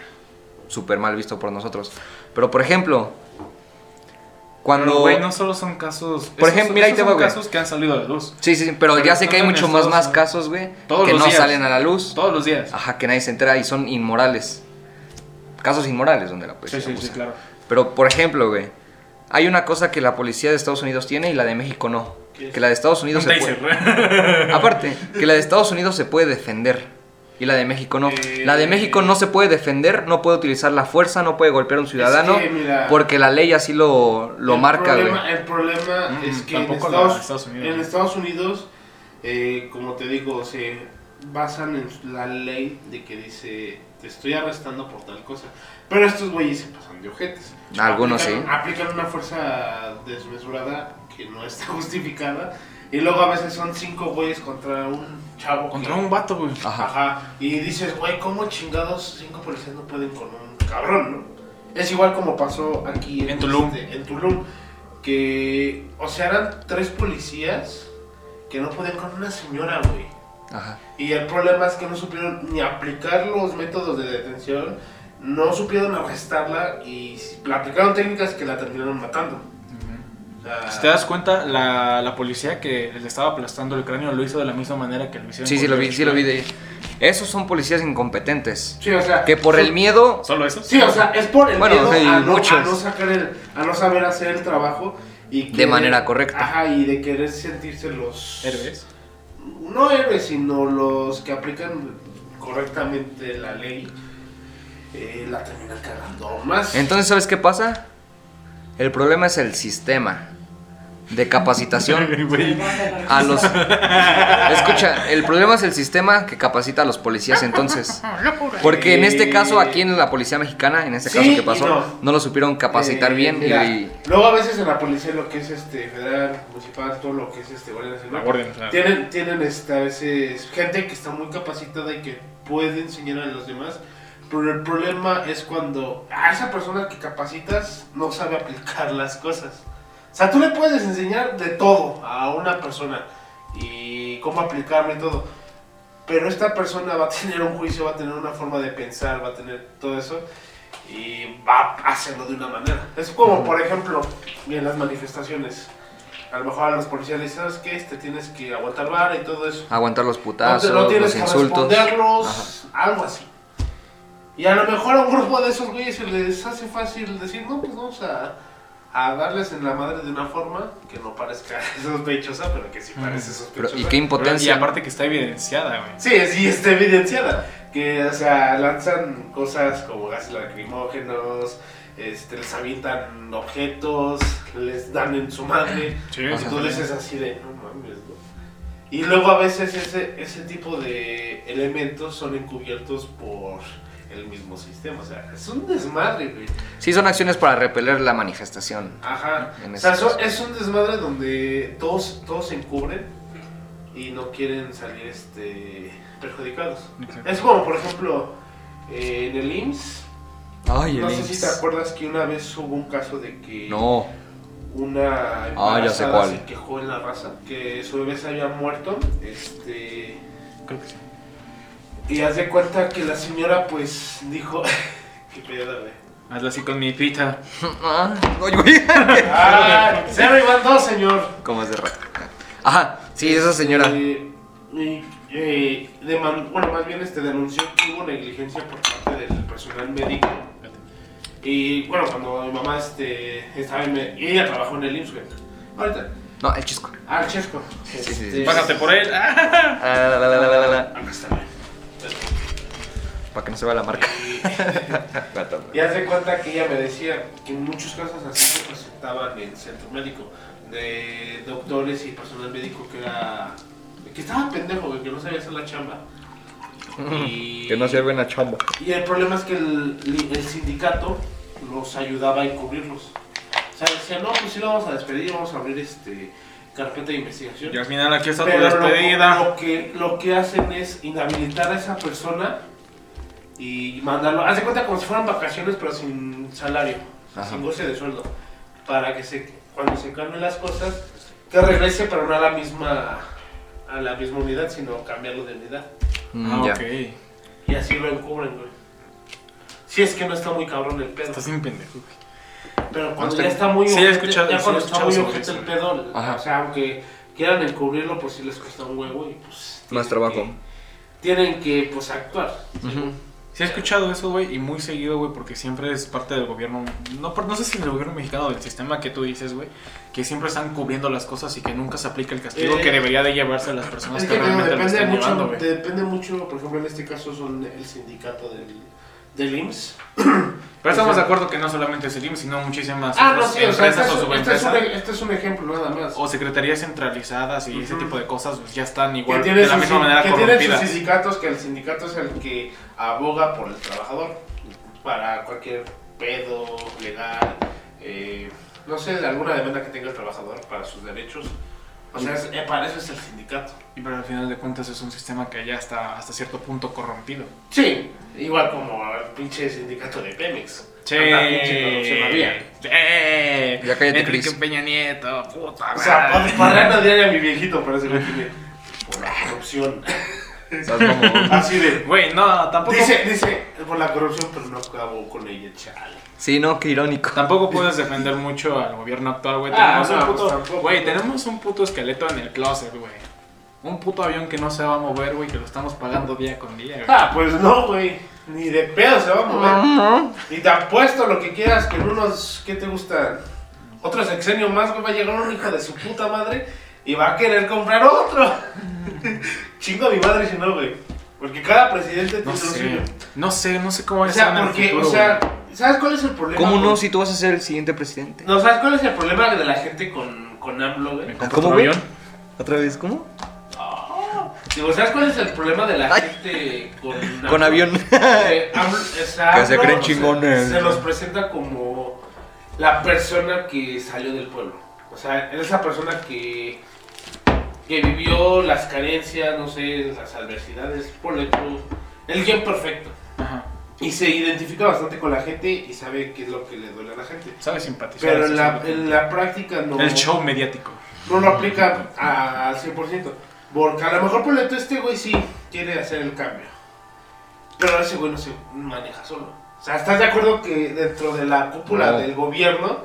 súper mal visto por nosotros. Pero por ejemplo, Pero, cuando... güey, no solo son casos. Por esos- ejemplo, mira, ahí te esos va, son güey. casos que han salido a la luz. Sí, sí, sí, pero, Pero ya sé que hay son mucho más, honestos, más ¿no? casos, güey, Todos que los no días. salen a la luz. Todos los días. Ajá, que nadie se entera y son inmorales. Casos inmorales donde la policía sí, sí, sí, pues abusa. claro. Pero, por ejemplo, güey, hay una cosa que la policía de Estados Unidos tiene y la de México no. ¿Qué es? Que la de Estados Unidos Un se taser. puede... Aparte, que la de Estados Unidos se puede defender y la de México no. Eh. La de México no se puede defender, no puede utilizar la fuerza, no puede golpear a un ciudadano que, mira, porque la ley así lo, lo El marca, güey. problema- El problema Mm, es que en tampoco la de Estados, Estados Unidos. en Estados Unidos, eh, como te digo, se basan en la ley de que dice te estoy arrestando por tal cosa. Pero estos güeyes se pasan de ojetes. Algunos Aplican- sí. Aplican una fuerza desmesurada que no está justificada. Y luego a veces son cinco güeyes contra un chavo. Contra que- un vato, güey. Ajá. Ajá. Y dices, güey, ¿cómo chingados cinco policías no pueden con un cabrón, no? Es igual como pasó aquí En Tulum. este, en Tulum. Que, o sea, eran tres policías que no podían con una señora, güey. Ajá. Y el problema es que no supieron ni aplicar los métodos de detención, no supieron arrestarla y la aplicaron técnicas que la terminaron matando. O sea, Si te das cuenta, la, la policía que le estaba aplastando el cráneo lo hizo de la misma manera que lo hicieron. Sí, sí con lo vi, George sí lo vi Floyd. de Esos son policías incompetentes. sí, o sea, Que por el miedo... ¿Solo eso? Sí, o sea, es por el Bueno, miedo sí, a, no, muchos. a no sacar el, a no saber hacer el trabajo y De manera correcta. Ajá, y de querer sentirse los Héroes. No héroes, sino los que aplican correctamente la ley. eh, la terminan cagando más. Entonces, ¿sabes qué pasa? El problema es el sistema de capacitación Güey. a los... Escucha, el problema es el sistema que capacita a los policías entonces. Porque en este caso, aquí en la policía mexicana, en este Sí caso que y pasó, no. no. lo supieron capacitar Eh, bien mira, y... Luego a veces en la policía lo que es este federal, municipal, todo lo que es este Guardia Nacional, La Guardia Nacional. tienen, tienen este, a veces gente que está muy capacitada y que puede enseñar a los demás. Pero el problema es cuando a esa persona que capacitas no sabe aplicar las cosas. O sea, tú le puedes enseñar de todo a una persona y cómo aplicarlo y todo. Pero esta persona va a tener un juicio, va a tener una forma de pensar, va a tener todo eso y va a hacerlo de una manera. Es como, por ejemplo, en las manifestaciones. A lo mejor a los policías les dicen, ¿sabes qué? Te tienes que aguantar vara y todo eso. Aguantar los No, te- putazos, no tienes los que insultos. responderlos, algo así. Y a lo mejor a un grupo de esos güeyes se les hace fácil decir, no, pues vamos a, a darles en la madre de una forma que no parezca sospechosa, pero que sí parece Mm. Pero- sospechosa. y qué Y impotencia. aparte que está evidenciada, güey. Sí, sí, está evidenciada. Que, o sea, lanzan cosas como gases lacrimógenos, este, les avientan objetos, les dan en su madre. Sí, Y tú dices así de, no mames, ¿no? Y luego a veces ese, ese tipo de elementos son encubiertos por el mismo sistema. O sea, es un desmadre, güey. Sí, son acciones para repeler la manifestación. Ajá. En O sea, ese so- caso. es un desmadre donde todos, todos se encubren y no quieren salir este perjudicados. Exacto. Es como, por ejemplo, eh, en el IMSS Ay, No el sé si te Inks. acuerdas que una vez hubo un caso de que No. una Ah, ya sé embarazada cuál. se quejó en la raza que su bebé se había muerto. Este. Creo que sí. Y haz de cuenta que la señora, pues, dijo. Qué pedo, güey. Hazlo así con mi pita. Ah, oye, güey. ¡Ah! ¡Se arriban dos, señor! ¿Cómo es de rato? Ajá, sí, esa señora. Eh, eh, eh, deman- bueno, más bien este denunció que hubo negligencia por parte del personal médico. Y bueno, cuando mi mamá este, estaba en. me- y ella trabajó en el IMSS, güey. Ahorita. No, el chisco. Ah, el Chesco. sí, sí. Este, Pásate por él. Ah, la, la, la, la, la, la. Acá está, güey. Para que no se vea la marca. Y haz de cuenta que ella me decía que en muchos casos así se presentaban en centro médico de doctores y personal médico que era que estaba pendejo, güey, que no sabía hacer la chamba. Y, la chamba. y el problema es que el, el sindicato los ayudaba a encubrirlos. O sea, decía, no, pues sí lo vamos a despedir, vamos a abrir este carpeta de investigación. Y al final aquí está tu Pero lo- Lo, despedida. que, lo que hacen es inhabilitar a esa persona y mandarlo. Haz de cuenta como si fueran vacaciones, pero sin salario, o sea, Ajá. sin goce de sueldo. Para que se, cuando se cambien las cosas, que regrese, pero no a la misma, a la misma unidad, sino cambiarlo de unidad. Ah, Mm, ya. ok. Y así lo encubren, güey. Si es que no está muy cabrón el pedo. Estás bien pendejo, güey. Pero No, cuando está- ya está muy sí, he ojete- escuchado- ya sí, cuando he está escuchado muy sobre ojete eso. el pedo, Ajá. o sea, aunque quieran encubrirlo, pues sí les cuesta un huevo y pues... Más tienen trabajo. que- tienen que, pues, actuar. según. Sí, he escuchado eso, güey, y muy seguido, güey, porque siempre es parte del gobierno. No, por- no sé si del gobierno mexicano o del sistema que tú dices, güey, que siempre están cubriendo las cosas y que nunca se aplica el castigo Eh, que debería de llevarse a las personas Es que, que te- realmente lo depende, están mucho, llevando, güey. te depende mucho, por ejemplo, en este caso son el sindicato del, del IMSS. Pero estamos de acuerdo que no solamente es el IMSS, sino muchísimas Ah, no, otras sí, o sea, este empresas es, o un- este es un, subempresas este es un ejemplo nada más. o secretarías centralizadas y ese Ujú. tipo de cosas pues, ya están que igual tiene, de la sus, misma manera que tiene sus corrompidas. sindicatos, que el sindicato es el que aboga por el trabajador para cualquier pedo legal, eh, no sé, de alguna demanda que tenga el trabajador para sus derechos. O sea, es- eh, para eso es el sindicato. Y pero al final de cuentas es un sistema que ya está hasta cierto punto corrompido. Sí, igual como el pinche sindicato de Pemex. Che, Tanta pinche corrupción había. che, Ya cállate, Enrique Chris. Peña Nieto, puta O sea, madre. pa- parranda diaria a mi viejito, parece que tiene. Por la corrupción. Estás como- Así de. pues, Güey, no, tampoco. Dice, dice, por la corrupción, pero no acabo con ella, chale. Sí, no, qué irónico. Tampoco puedes defender mucho al gobierno actual, güey. Ah, Tenemos, no, un puto- tampoco. güey, tenemos un puto esqueleto en el closet, güey. Un puto avión que no se va a mover, güey, que lo estamos pagando día con día, güey. Ah, pues no, güey. Ni de pedo se va a mover. Y te apuesto lo que quieras que en unos. ¿Qué te gusta? Otro sexenio más, güey. Va a llegar un hijo de su puta madre y va a querer comprar otro. Chingo a mi madre si no, güey. Porque cada presidente tiene No un sé, suyo. no sé, no sé cómo va O a sea, ser en el porque, futuro, o sea, güey. ¿sabes cuál es el problema? ¿Cómo no güey? si tú vas a ser el siguiente presidente? No, ¿sabes cuál es el problema de la gente con, con AMLO, güey? ¿Me compro ¿Cómo, otro güey? avión? ¿Otra vez? ¿Cómo? Digo, ¿sabes cuál es el problema de la Ay. gente con AMLO? Con avión. Eh, AMLO, o sea, Que se AMLO creen chingones. Se los presenta como la persona que salió del pueblo. O sea, es esa persona que, que vivió las carencias, no sé, las adversidades, por el guión perfecto. Ajá. Y se identifica bastante con la gente y sabe qué es lo que le duele a la gente. Sabe simpatizar. Pero sí, en la, sí. en la práctica no El show mediático. no lo aplica a- al 100%. Porque a lo mejor por ejemplo, este güey sí quiere hacer el cambio. Pero ese güey no se maneja solo. O sea, ¿estás de acuerdo que dentro de la cúpula No. del gobierno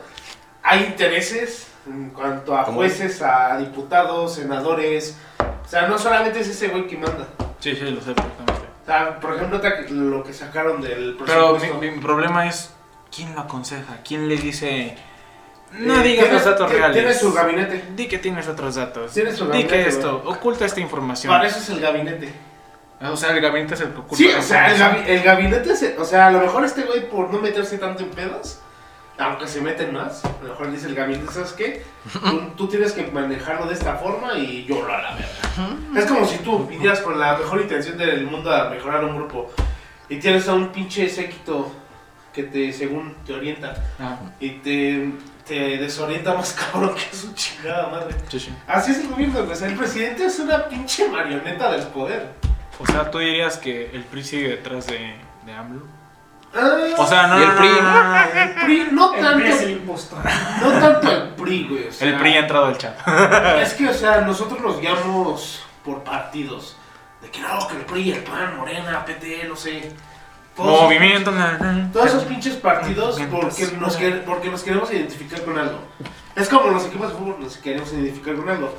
hay intereses en cuanto a ¿Cómo? jueces, a diputados, senadores? O sea, no solamente es ese güey que manda. Sí, sí, lo sé perfectamente. O sea, por ejemplo, ahorita que- lo que sacaron del Pero mi, presupuesto. mi problema es, ¿quién lo aconseja? ¿Quién le dice, no Eh, digas tiene- los datos tiene- reales? Tiene su gabinete. Di que tienes otros datos. Tiene su Di que gabinete, esto, oculta esta información. Para eso es el gabinete. O sea, el gabinete es el que oculta Sí, la o sea, el, información. gabi- el gabinete, se- o sea, a lo mejor este güey por no meterse tanto en pedos, aunque se meten más, a lo mejor dice el gabinete, ¿sabes qué? Tú, tú tienes que manejarlo de esta forma y yo lo a la verga. Es como si tú vinieras con la mejor intención del mundo a mejorar un grupo y tienes a un pinche séquito que te, según te orienta Ajá, y te, te desorienta más cabrón que su chingada madre. sí, sí. Así es el gobierno, pues el presidente es una pinche marioneta del poder. O sea, tú dirías que el PRI sigue detrás de, de AMLO. O sea, no, Y el no, no, PRI. no, no, no, no, El PRI, no El PRI es tanto, el impostor. no tanto el PRI, güey. o sea, El PRI ha entrado al chat. Es que, o sea, nosotros nos guiamos por partidos. De que no, que el PRI, el PAN, Morena, PT, no sé. Todos- Movimiento. na, na. Todos esos pinches partidos porque Movimientos. nos, quer- porque nos queremos identificar con algo. Es como los equipos de fútbol nos queremos identificar con algo.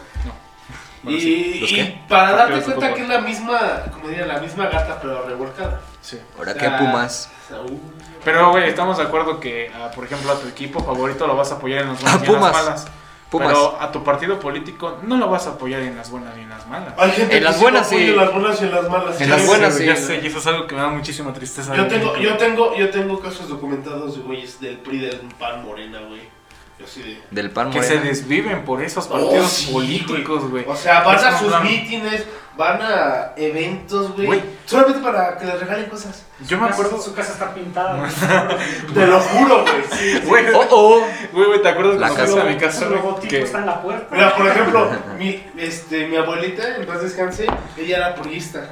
Bueno, y, sí. ¿Los y qué? para darte Partidos de cuenta fútbol. que es la misma, como diría, la misma gata pero revolcada. Sí. Ahora O que sea, a Pumas. Saúl. Pero, güey, estamos de acuerdo que, ah, por ejemplo, a tu equipo favorito lo vas a apoyar en las buenas A y en las Ah, Pumas. malas. Pumas. Pero a tu partido político no lo vas a apoyar en las buenas ni en las malas. Hay gente que En las sí buenas lo apoya sí. En las buenas y en las malas. En las Sí, buenas, güey, sí. Ya sé, y eso es algo que me da muchísima tristeza. Yo güey. tengo, yo tengo, yo tengo casos documentados de güeyes del PRI del PAN Morena, güey. Yo sí de. Del pan Que se moreno. desviven por esos partidos Oh, sí, políticos, güey. O sea, van Es a como sus plan- mítines, van a eventos, güey. Güey. Solamente para que les regalen cosas. Yo me acuerdo. Su casa está pintada. güey. Te lo juro, güey. sí. Güey, Oh, oh. güey, güey, ¿te acuerdas La cuando casa. fuimos a mi casa? Su güey, logotipo que- está en la puerta. Mira, por ejemplo, mi, este, mi abuelita, en paz descanse, ella era priista.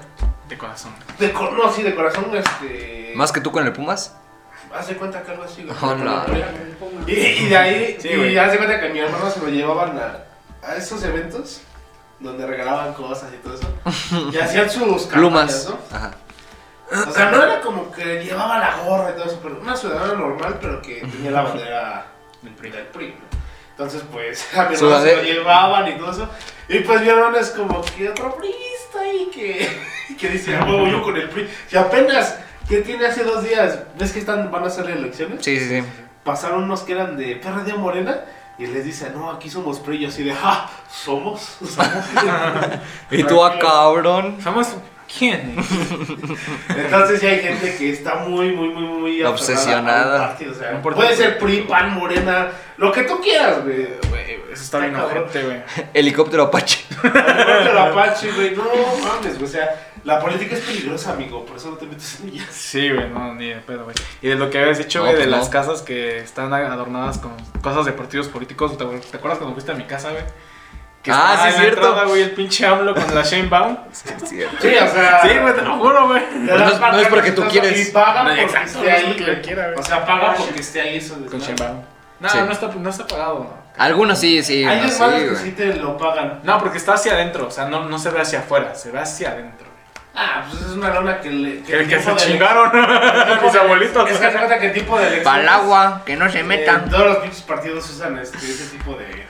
De corazón. De cor- no, sí, de corazón, este. ¿Más que tú con el Pumas? Hace cuenta que algo así, güey. Oh, no. Y, y de ahí, Sí, güey. y hace cuenta que mi hermano se lo llevaban a, a esos eventos donde regalaban cosas y todo eso. Y hacían sus campañas, Plumas. ¿no? Ajá. O sea, no era como que llevaba la gorra y todo eso, pero una ciudadana normal, pero que tenía la bandera del PRI. Del PRI ¿no? Entonces, pues, a mi hermano se Sudadera. lo llevaban y todo eso. Y pues mi hermano es como que otro priista y que, que dice, "Ah, huevo, yo con el PRI. Y apenas, ¿qué tiene hace dos días? ¿Ves que están, van a hacer elecciones? Sí, sí, sí. Pasaron unos que eran de PRD Morena y les dice, no, aquí somos PRI. Y yo así de, ah, somos, somos. Y tú a cabrón. Somos. ¿Quién? Entonces sí hay gente que está muy, muy, muy, muy aferrada Obsesionada. a un partido, o sea, No importa. puede ser PRI, PAN, Morena, lo que tú quieras, güey. güey, Eso está bien cabrón. ojete, güey. Helicóptero Apache. Pero Apache, güey, no mames, güey. O sea, la política es peligrosa, amigo, por eso no te metes en ella. Sí, güey, no, ni de pedo, güey. Y de lo que habías dicho, No, güey, pues de no. las casas que están adornadas con cosas de partidos políticos. ¿Te, acuer- te acuerdas cuando fuiste a mi casa, güey? Que Ah, estaba sí, en la cierto. entrada, güey, el pinche AMLO con la Shane Baum. Sí, es cierto. Sí, o sea. Sí, güey, te lo juro, güey. te No das es- no es porque tú patadas quieres. Y paga No, porque exacto, no esté es ahí, porque güey. lo quiera, güey. O sea, paga porque esté ahí eso de Con Shane Baum. No, Sí. no, está, no está pagado, no. Algunos sí, sí. Hay unos sí, hermanos que güey. sí te lo pagan. No, porque está hacia adentro, o sea, no, no se ve hacia afuera, se ve hacia adentro. Ah, pues es una lona que le. Que, que tipo se de- chingaron mis abuelitos. Es que hace cuenta que tipo de elecciones. Palagua, que no se Eh, metan. todos los pinches partidos usan este, ese tipo de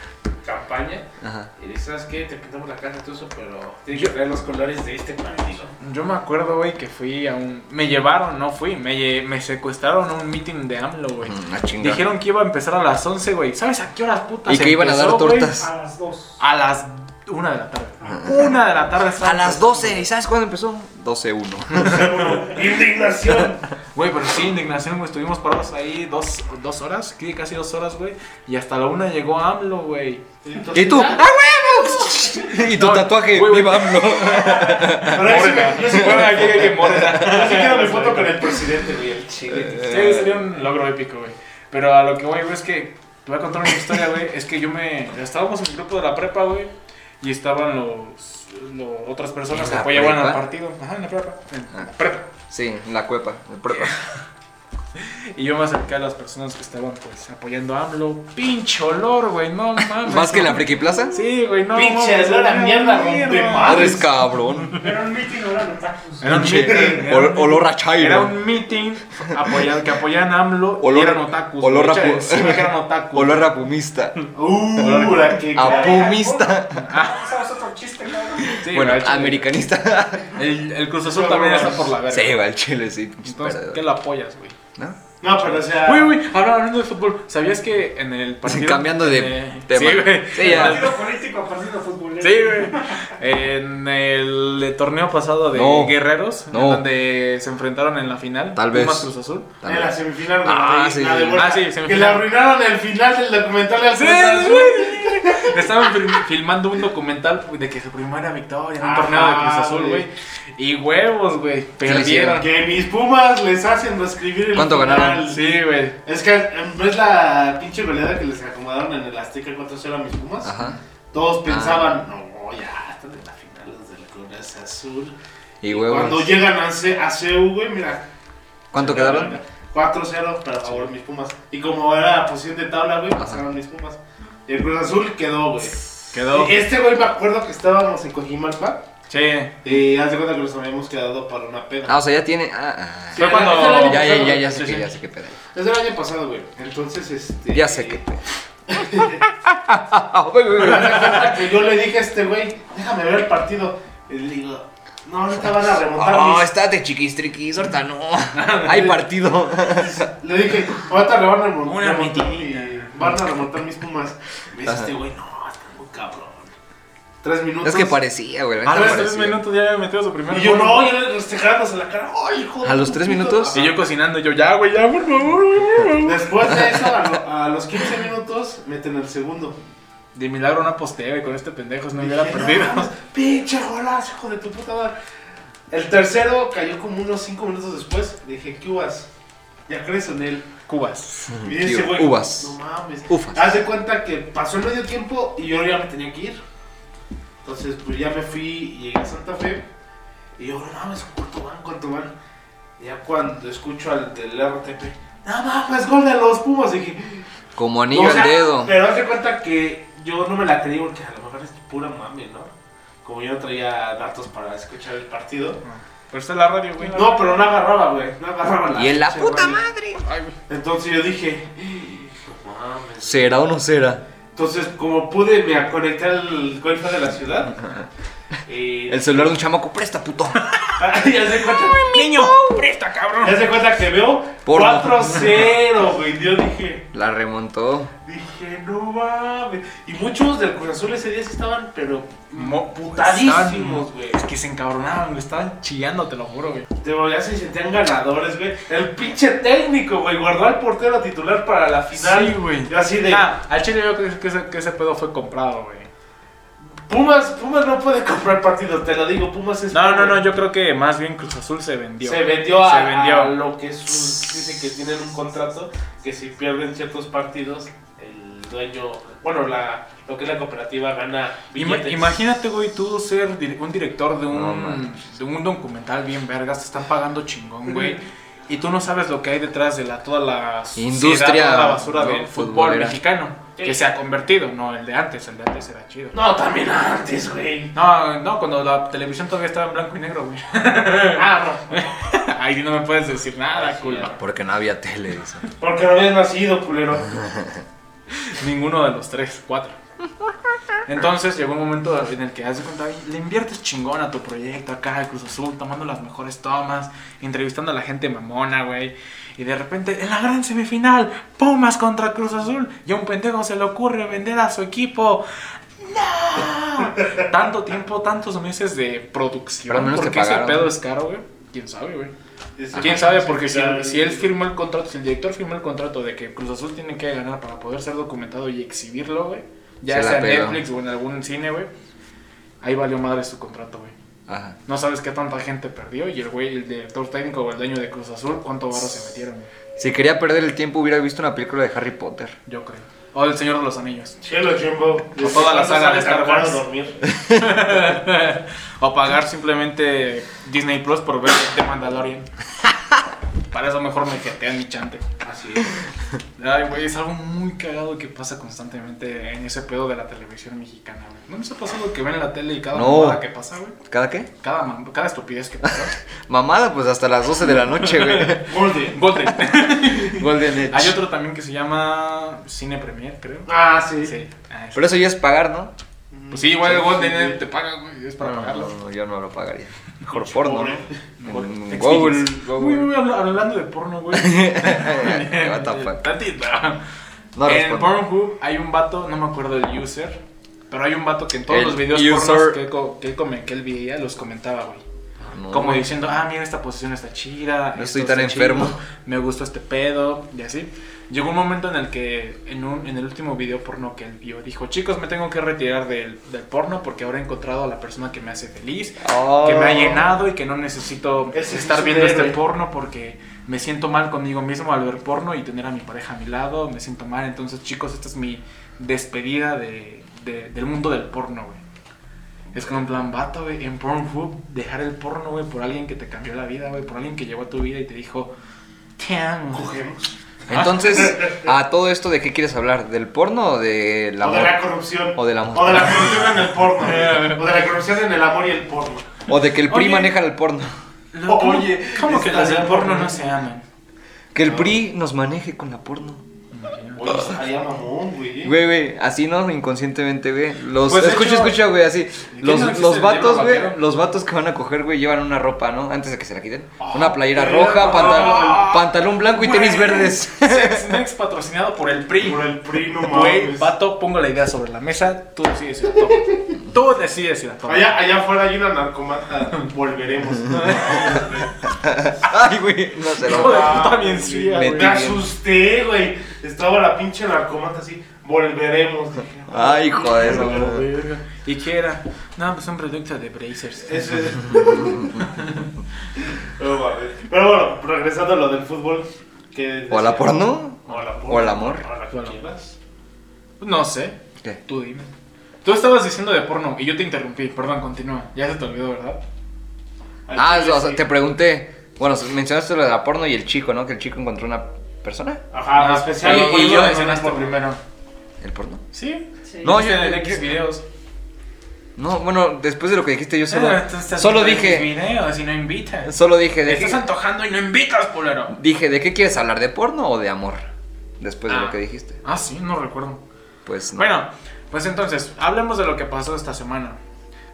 campaña. Ajá. Y dices, ¿sabes qué? Te pintamos la casa y todo eso, pero tienes que traer los colores de este partido. Yo me acuerdo, güey, que fui a un... Me llevaron, no fui, me, lle- me secuestraron a un meeting de AMLO, güey. Mm, a chingar. Dijeron que iba a empezar a las 11, güey. ¿Sabes a qué horas putas Y que iban a dar empezó, güey? tortas. A las dos. A las 1 de la tarde. 1 de la tarde. estaba A las empezando. 12. ¿Y sabes cuándo empezó? 12-1. ¡Indignación! Güey, pero sí, indignación, güey. Estuvimos parados ahí dos, dos horas, sí, casi dos horas, güey. Y hasta la 1 llegó AMLO, güey. ¿Y tú? ¡A huevo! Y tu No, tatuaje, güey, güey. viva AMLO. Pero ahí sí me- yo sí quiero- Morena, llegué que yo sí quiero mi foto Morena. con el presidente, güey, el chile. Sí, sería un logro épico, güey. Pero a lo que voy, güey, es que te voy a contar una historia, güey. Es que yo me. Estábamos en el grupo de la prepa, güey. Y estaban los, los- otras personas ¿En que la apoyaban al prepa? partido. Ajá, en la prepa. En la Ah. prepa. Sí, la cuepa. el prepa. Y yo me acerqué a las personas que estaban, pues, apoyando a AMLO. Pinche olor, güey, no mames. ¿Más que en la Friki Plaza? Sí, güey, no Pinche mames, olor a güey, mierda, rompe madre. Eres cabrón. Pero el meeting no eran otakus. Era un Pinche meeting. era ol- un meeting. olor a chairo. Era un meeting apoyado, que apoyaban a AMLO Olor- y eran otakus. olor güey. a pu- Sí, que eran otakus. Olor a pumista. ¡Uh! La que A cae. pumista. Ah, ¿Sabes otro chiste, cabrón? Sí, Bueno, güey, al chile. americanista. El, el Cruz Azul también está por la verga. Sí, va el chile, sí. pinches Entonces, ¿qué perdedores. la apoyas, güey? ¿No? No, pero o sea. Güey, güey, ahora hablando de fútbol, ¿sabías que en el partido. Cambiando de eh, tema. Sí, güey. Sí, ya. Partido político a partido futbolero. Sí, güey. En el eh, torneo pasado de No. Guerreros, en No. donde se enfrentaron en la final. Tal vez. Pumas Cruz Azul. En la semifinal, güey, Ah, la sí. de vuelta. Ah, sí, Que le semifinal. arruinaron el final del documental al Sí, Cruz Azul. güey. Estaban fil- filmando un documental güey, de que su primera victoria en un Ajá, torneo de Cruz Azul, güey. güey. Y huevos, güey. hicieron? Perdieron. Que mis pumas les hacen reescribir el ¿Cuánto final. ganaron? Sí, güey. Es que em, no es la pinche goleada que les acomodaron en el Azteca 4-0 a mis Pumas. Ajá. Ah. Todos pensaban, no, ya, están en la final los del Cruz Azul. Y Cuando huevos. llegan a, C- a CU, güey, mira. ¿Cuánto quedaron? 4-0 para favor mis Pumas. Y como era posición de tabla, güey, pasaron mis Pumas. Y el Cruz Azul quedó, güey. Quedó. Este güey me acuerdo que estábamos en Cojimalpa. Sí. Y haz de cuenta que nos habíamos quedado para una pena. Ah, o sea, ya tiene. ah, ah. Sí, Fue cuando- es del año Ya, ya, pasado, ya, ya sé Sí, que, sí. ya sé que pedo. Es del año pasado, güey. Entonces, este. Ya sé que pedo. Uy, uy, uy. que yo le dije a este güey, déjame ver el partido. Y le digo, no, ahorita van a remontar. No, mis- Oh, estate chiquis triquis, ahorita no. Hay partido. Le dije, ahorita le van a remon- Una remontar. mitinita. mi- Van a remontar mis pumas. Me dice Ajá. este güey, no, está muy cabrón. Tres minutos. Es que parecía, güey. la neta A los tres parecía. minutos ya había metido su primer Y yo gol. no, yo le festejándose la cara. ¡Ay, hijo ¿A de los tu tres puta". minutos? Y yo cocinando, yo ya, güey, ya, por favor, güey, por favor. Después de eso, a, lo- a los 15 minutos, meten el segundo. De milagro no posteo y con este pendejo no Y hubiera dije, perdido. "No mames, Pinche golazo, hijo de tu puta madre. El tercero cayó como unos 5 minutos después. Dije, ¿qué uvas? Ya crees en él. Cubas. Y dice, Tío, güey, uvas. No mames. Ufas. Ah, Haz de cuenta que pasó el medio tiempo y yo ya me tenía que ir. Entonces, pues ya me fui y llegué a Santa Fe. Y yo, no mames, ¿cuánto van? ¿Cuánto van? Y ya cuando escucho al del RTP, no mames, gol de los Pumas. Dije, Como anillo o sea, al dedo. Pero haz de cuenta que yo no me la creí porque a lo mejor es pura mame, ¿no? Como yo no traía datos para escuchar el partido. Pero esta es la radio, güey. No, pero no agarraba, güey. No agarraba la. Y en la pinche puta radio. madre. Entonces yo dije, no mames. ¿Será o no será? Entonces, como pude, me conecté al wifi de la ciudad. Y ah, El celular de un chamaco, presta, puto. ya se cuenta, niño, presta, cabrón. ya se cuenta que veo Porno. 4-0, güey. Yo dije, La remontó. dije, no mames. Y muchos del Cruz Azul ese día sí estaban, pero Mo- putadísimos, güey. Es que se encabronaban, güey. Estaban chillando, te lo juro, güey. Te voy, ya se sentían ganadores, güey. El pinche técnico, güey, guardó al portero titular para la final. Sí, güey. Yo así de, Ah, al chile yo creo que ese, que ese pedo fue comprado, güey. Pumas, Pumas no puede comprar partidos, te lo digo, Pumas es... No, no, Pumas. no, yo creo que más bien Cruz Azul se vendió. Se vendió, a, Se vendió. a lo que sus, dice que tienen un contrato que si pierden ciertos partidos, el dueño, bueno, la, lo que es la cooperativa gana Ima- billetes. imagínate, güey, tú ser dir- un director de No un, manches. de un documental bien vergas, te están pagando chingón, güey. Y tú no sabes lo que hay detrás de la, toda la sociedad, Industria, toda la basura ¿no? del fútbol futbolera. mexicano Sí. que se ha convertido, no el de antes, el de antes era chido. No, también antes, güey. No, no, cuando la televisión todavía estaba en blanco y negro, güey. Ah, no, Ahí no me puedes decir nada, Sí, culo. Porque no había tele, dice. porque no habías nacido, culero. Ninguno de los tres, cuatro. Entonces llegó un momento en el que haz de cuenta, "Ay, le inviertes chingón a tu proyecto acá, el Cruz Azul, tomando las mejores tomas, entrevistando a la gente mamona, güey. Y de repente, en la gran semifinal, Pumas contra Cruz Azul, y a un pendejo se le ocurre vender a su equipo. ¡No! Tanto tiempo, tantos meses de producción. Pero al menos te porque ese pagaron. pedo es caro, güey. ¿Quién sabe, güey? Dice, "Pues, ¿Quién sabe? Porque si, Ya, si él firmó el contrato, si el director firmó el contrato de que Cruz Azul tiene que ganar para poder ser documentado y exhibirlo, güey. Ya Se la sea en peló. Netflix o en algún cine, güey. Ahí valió madre su contrato, güey. Ajá. No sabes qué tanta gente perdió y el güey, el director técnico o el dueño de Cruz Azul, cuánto barro se metieron, güey. Si quería perder el tiempo, hubiera visto una película de Harry Potter. Yo creo. O el Señor de los Anillos. Chelo, Jumbo. "Pues, Con toda la saga de Star Wars. A dormir. o pagar simplemente Disney Plus por ver The Mandalorian. Para eso mejor me jetean mi chante. Así es. Ay, güey, es algo muy cagado que pasa constantemente en ese pedo de la televisión mexicana, güey. ¿No les ha pasado que ven en la tele y cada No. mamada que pasa, güey? ¿Cada qué? Cada, mam- cada estupidez que pasa. Mamada, pues hasta las 12 de la noche, güey. Golden. Golden. Golden Edge. Hay otro también que se llama Cine Premier, creo. Ah, sí. Sí. Ah, ese. Pero eso ya es pagar, ¿no? Pues sí, igual el Golden te paga, güey. Es para No, pagarlo. no, no, yo no lo pagaría. Mejor Pinche porno. pobre. ¿no? Mejor En Xvideos. Google. Uy, Google. uy, habla- hablando de porno, güey. Te va a tapar. Tantito. No en respondo. Pornhub hay un vato, no me acuerdo el user, pero hay un vato que en todos El los videos user- pornos que él, co- que, él come- que él veía los comentaba, güey. No. Como diciendo, ah, mira, esta posición está chida. No esto estoy tan está chido, enfermo. me gustó este pedo, y así. Llegó un momento en el que, en, un- en el último video porno que él vio, dijo, chicos, me tengo que retirar del, del porno porque ahora he encontrado a la persona que me hace feliz, Oh. que me ha llenado y que no necesito Ese es estar un viendo este héroe. porno porque me siento mal conmigo mismo al ver porno y tener a mi pareja a mi lado, me siento mal. Entonces, chicos, esta es mi despedida de, de- del mundo del porno, güey. Es como en plan, vato, güey, en Pornhub, dejar el porno, güey, por alguien que te cambió la vida, güey, por alguien que llegó a tu vida y te dijo, Te amo. Cogemos. Entonces, a todo esto, ¿de qué quieres hablar? ¿Del porno o del O de amor? la corrupción. Eh. O del amor. O de la corrupción en el porno. o de la corrupción en el amor y el porno. O de que el PRI Oye. maneja el porno. Oye, ¿Cómo que está las del bien, porno ¿no? no se aman? Que el PRI nos maneje con la porno. Oye, estaría mamón, güey. Güey, güey, así no, inconscientemente, güey. Los, Pues, de escucha, hecho, escucha, güey, así. ¿qué Los, no existe los el vatos, diablo güey, vaquero? los vatos que van a coger, güey, llevan una ropa, ¿no? Antes de que se la quiten. Una playera güey, roja, no. pantalón, pantalón blanco y tenis Ah, Güey. verdes. Sexnex patrocinado por el PRI. Por el PRI, no Güey, mames. vato, pongo la idea sobre la mesa, tú decides si la tomas. Tú decides si la tomas. Allá, allá afuera hay una narcomata. Volveremos. Ay, güey, no se Hijo lo. de puta, bien fría, Me Ah, Me güey. asusté, güey. Estaba la pinche narcomata así. Volveremos. Dije, Ay, joder, no, güey. ¿Y qué era? No, pues un producto de Brazers. Eso es. No mames. Pero bueno, regresando a lo del fútbol. que ¿O a la decía- porno? O a la porno. ¿O al amor? O a la que Bueno. quieras. No sé, ¿Qué? tú dime. Tú estabas diciendo de porno y yo te interrumpí, perdón, continúa. Ya se te olvidó, ¿verdad? Al Ah, chile, o sea, sí. te pregunté. Bueno, mencionaste lo de la porno y el chico, ¿no? Que el chico encontró una persona. Ajá, Ah, especial. y- por Y, eso yo no, mencionaste no, no, primero. ¿El porno? ¿Sí? Sí. No, No, yo- yo en yo- X videos. No, bueno, después de lo que dijiste, yo solo, Ah, tú estás solo viendo dije. X videos y no invitas. Solo dije, Te de estás qué, antojando y no invitas, polero. dije, ¿de qué quieres hablar? ¿De porno o de amor? Después de Ah. lo que dijiste. Ah, sí, no recuerdo. Pues no. Bueno, pues entonces, hablemos de lo que pasó esta semana.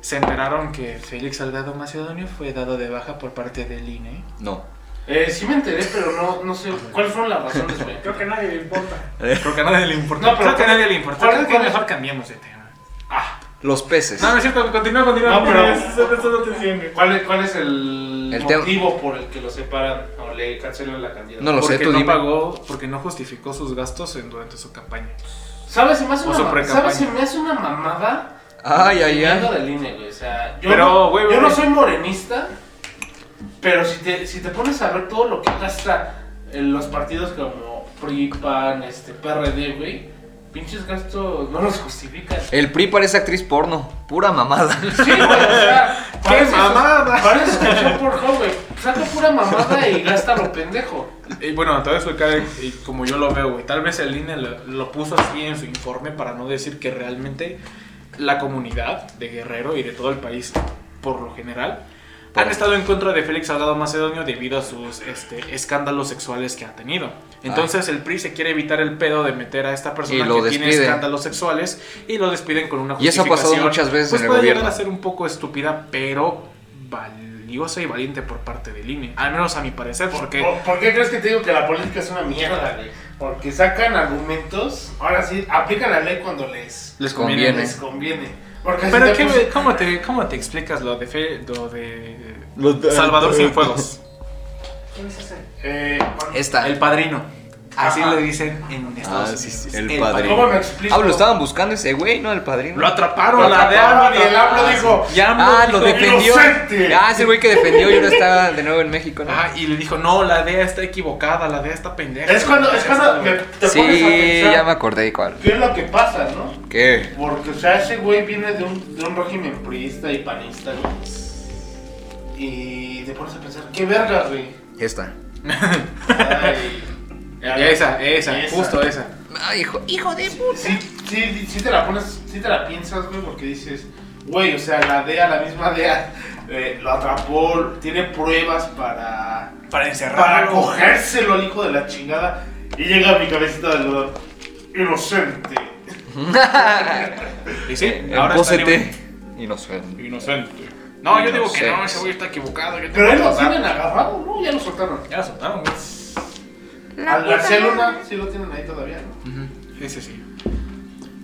Se enteraron que Félix Salgado Macedonio fue dado de baja por parte del E. INE. No. Eh, sí me enteré, pero no, no sé. ¿Cuáles fueron las razones, güey? Creo que a nadie le importa. Creo que a nadie le importa. No, pero- creo que a nadie le importa. ¿Cuál- Creo que cuál- mejor cambiemos de tema. Ah, Los peces. No, no es cierto, continúa, continúa. No, pero- Eso- eso no te sirve. ¿Cuál es, cuál es el, El tema- motivo por el que lo separan o le cancelan la candidatura? No lo sé, Porque tú no dime. pagó, porque no justificó sus gastos en- durante su campaña. ¿Sabes? Se me hace O una, ma- sobrecampaña. ¿sabes? Se me hace una mamada. Ay, ay, viniendo ay. del INE, güey. O sea, yo, Pero, no, güey, yo güey, no güey. soy morenista, pero si te, si te pones a ver todo lo que gasta en los partidos como PRI, PAN, este, PRD, güey, pinches gastos no los justifican. El PRI parece actriz porno. Pura mamada. Sí, güey, o sea, parece- mamada! Parece escuchar por favor, güey. Saca pura mamada y gasta lo pendejo. Y bueno, te voy a explicar eh, y como yo lo veo, güey. Tal vez el INE lo, lo puso así en su informe para no decir que realmente la comunidad de Guerrero y de todo el país, por lo general, han Por- estado en contra de Félix Salgado Macedonio debido a sus este, escándalos sexuales que ha tenido. Entonces el PRI se quiere evitar el pedo de meter a esta persona lo que tiene despiden. escándalos sexuales y lo despiden con una Y eso ha justificación. pasado muchas veces Pues en el puede llegar gobierno. a ser un poco estúpida, pero valiosa y valiente por parte del INE. Al menos a mi parecer, porque... ¿Por, por qué crees que te digo que la política es una mierda, güey? Porque sacan argumentos, ahora sí, aplican la ley cuando les, Les conviene, conviene. les conviene. Porque si Pero te qué, puse- güey, ¿cómo, te, ¿cómo te explicas lo de, Fe- lo de Lo de- eh, Salvador Cienfuegos? ¿Quién es ese? Eh, Esta. El padrino. Así Ajá. le dicen en Estados Ah, Unidos. sí, sí, el ¿Cómo padrino. me explico? Ah, lo estaban buscando ese güey, ¿no? El padrino. Lo atraparon, Lo la de atraparon AMLO. y el AMLO Ah, dijo, sí. Y AMLO Ah, lo dijo- defendió. "Inocente". Ah, es el güey que defendió y ahora está de nuevo en México, ¿no? Ah, y le dijo, no, la DEA está equivocada, la DEA está pendeja. Es cuando, es cuando me- te pones a Sí, pensar ya me acordé cuál. qué es lo que pasa, ¿no? ¿Qué? Porque, o sea, ese güey viene de un, de un régimen priista y panista, güey. Y te pones a pensar, qué verga, güey. Esta. Ay. Esa, esa, Esa. justo esa. Ay, hijo, hijo de Sí, sí, sí te la pones, sí te la piensas, güey, porque dices, güey, o sea, la DEA, la misma DEA, eh, lo atrapó, tiene pruebas para, Para encerrar. para cogérselo al hijo de la chingada. Y llega mi cabecita de algodón, inocente. Y sí, ahora está Empósete. libre. Inocente. Inocente. No, yo digo que no, Inocente. ese güey está equivocado. yo te Pero voy a él lo matar. tienen agarrado, ¿no? Ya lo soltaron. Ya lo soltaron, güey. Al García Luna sí lo tienen ahí todavía, ¿no? Ujú, Ese sí.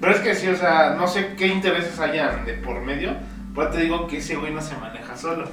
Pero es que sí, o sea, no sé qué intereses hayan de por medio, pero te digo que ese güey no se maneja solo.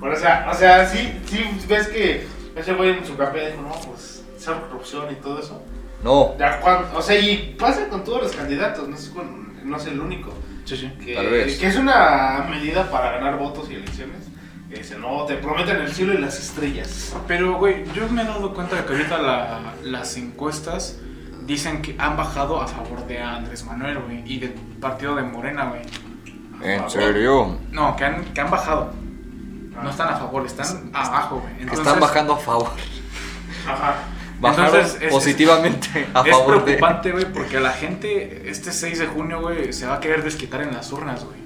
Pero, o sea, o sea, sí, sí ves que ese güey en su campaña dijo, no, pues, esa corrupción y todo eso. No, Ya cuan- o sea, y pasa con todos los candidatos, no es, con- no es el único. Sí, sí. Que, Tal vez. que es una medida para ganar votos y elecciones. Que dice, no, te prometen el cielo y las estrellas. Pero, güey, yo me he dado cuenta de que ahorita la- las encuestas dicen que han bajado a favor de Andrés Manuel, güey, y del partido de Morena, güey. en serio. No, que han, que han bajado. No están a favor, están abajo, güey. Entonces, Están bajando a favor. Ajá. Bajaron Entonces, es- positivamente a es favor de. preocupante, güey, porque a la gente este 6 de junio, güey, se va a querer desquitar en las urnas, güey.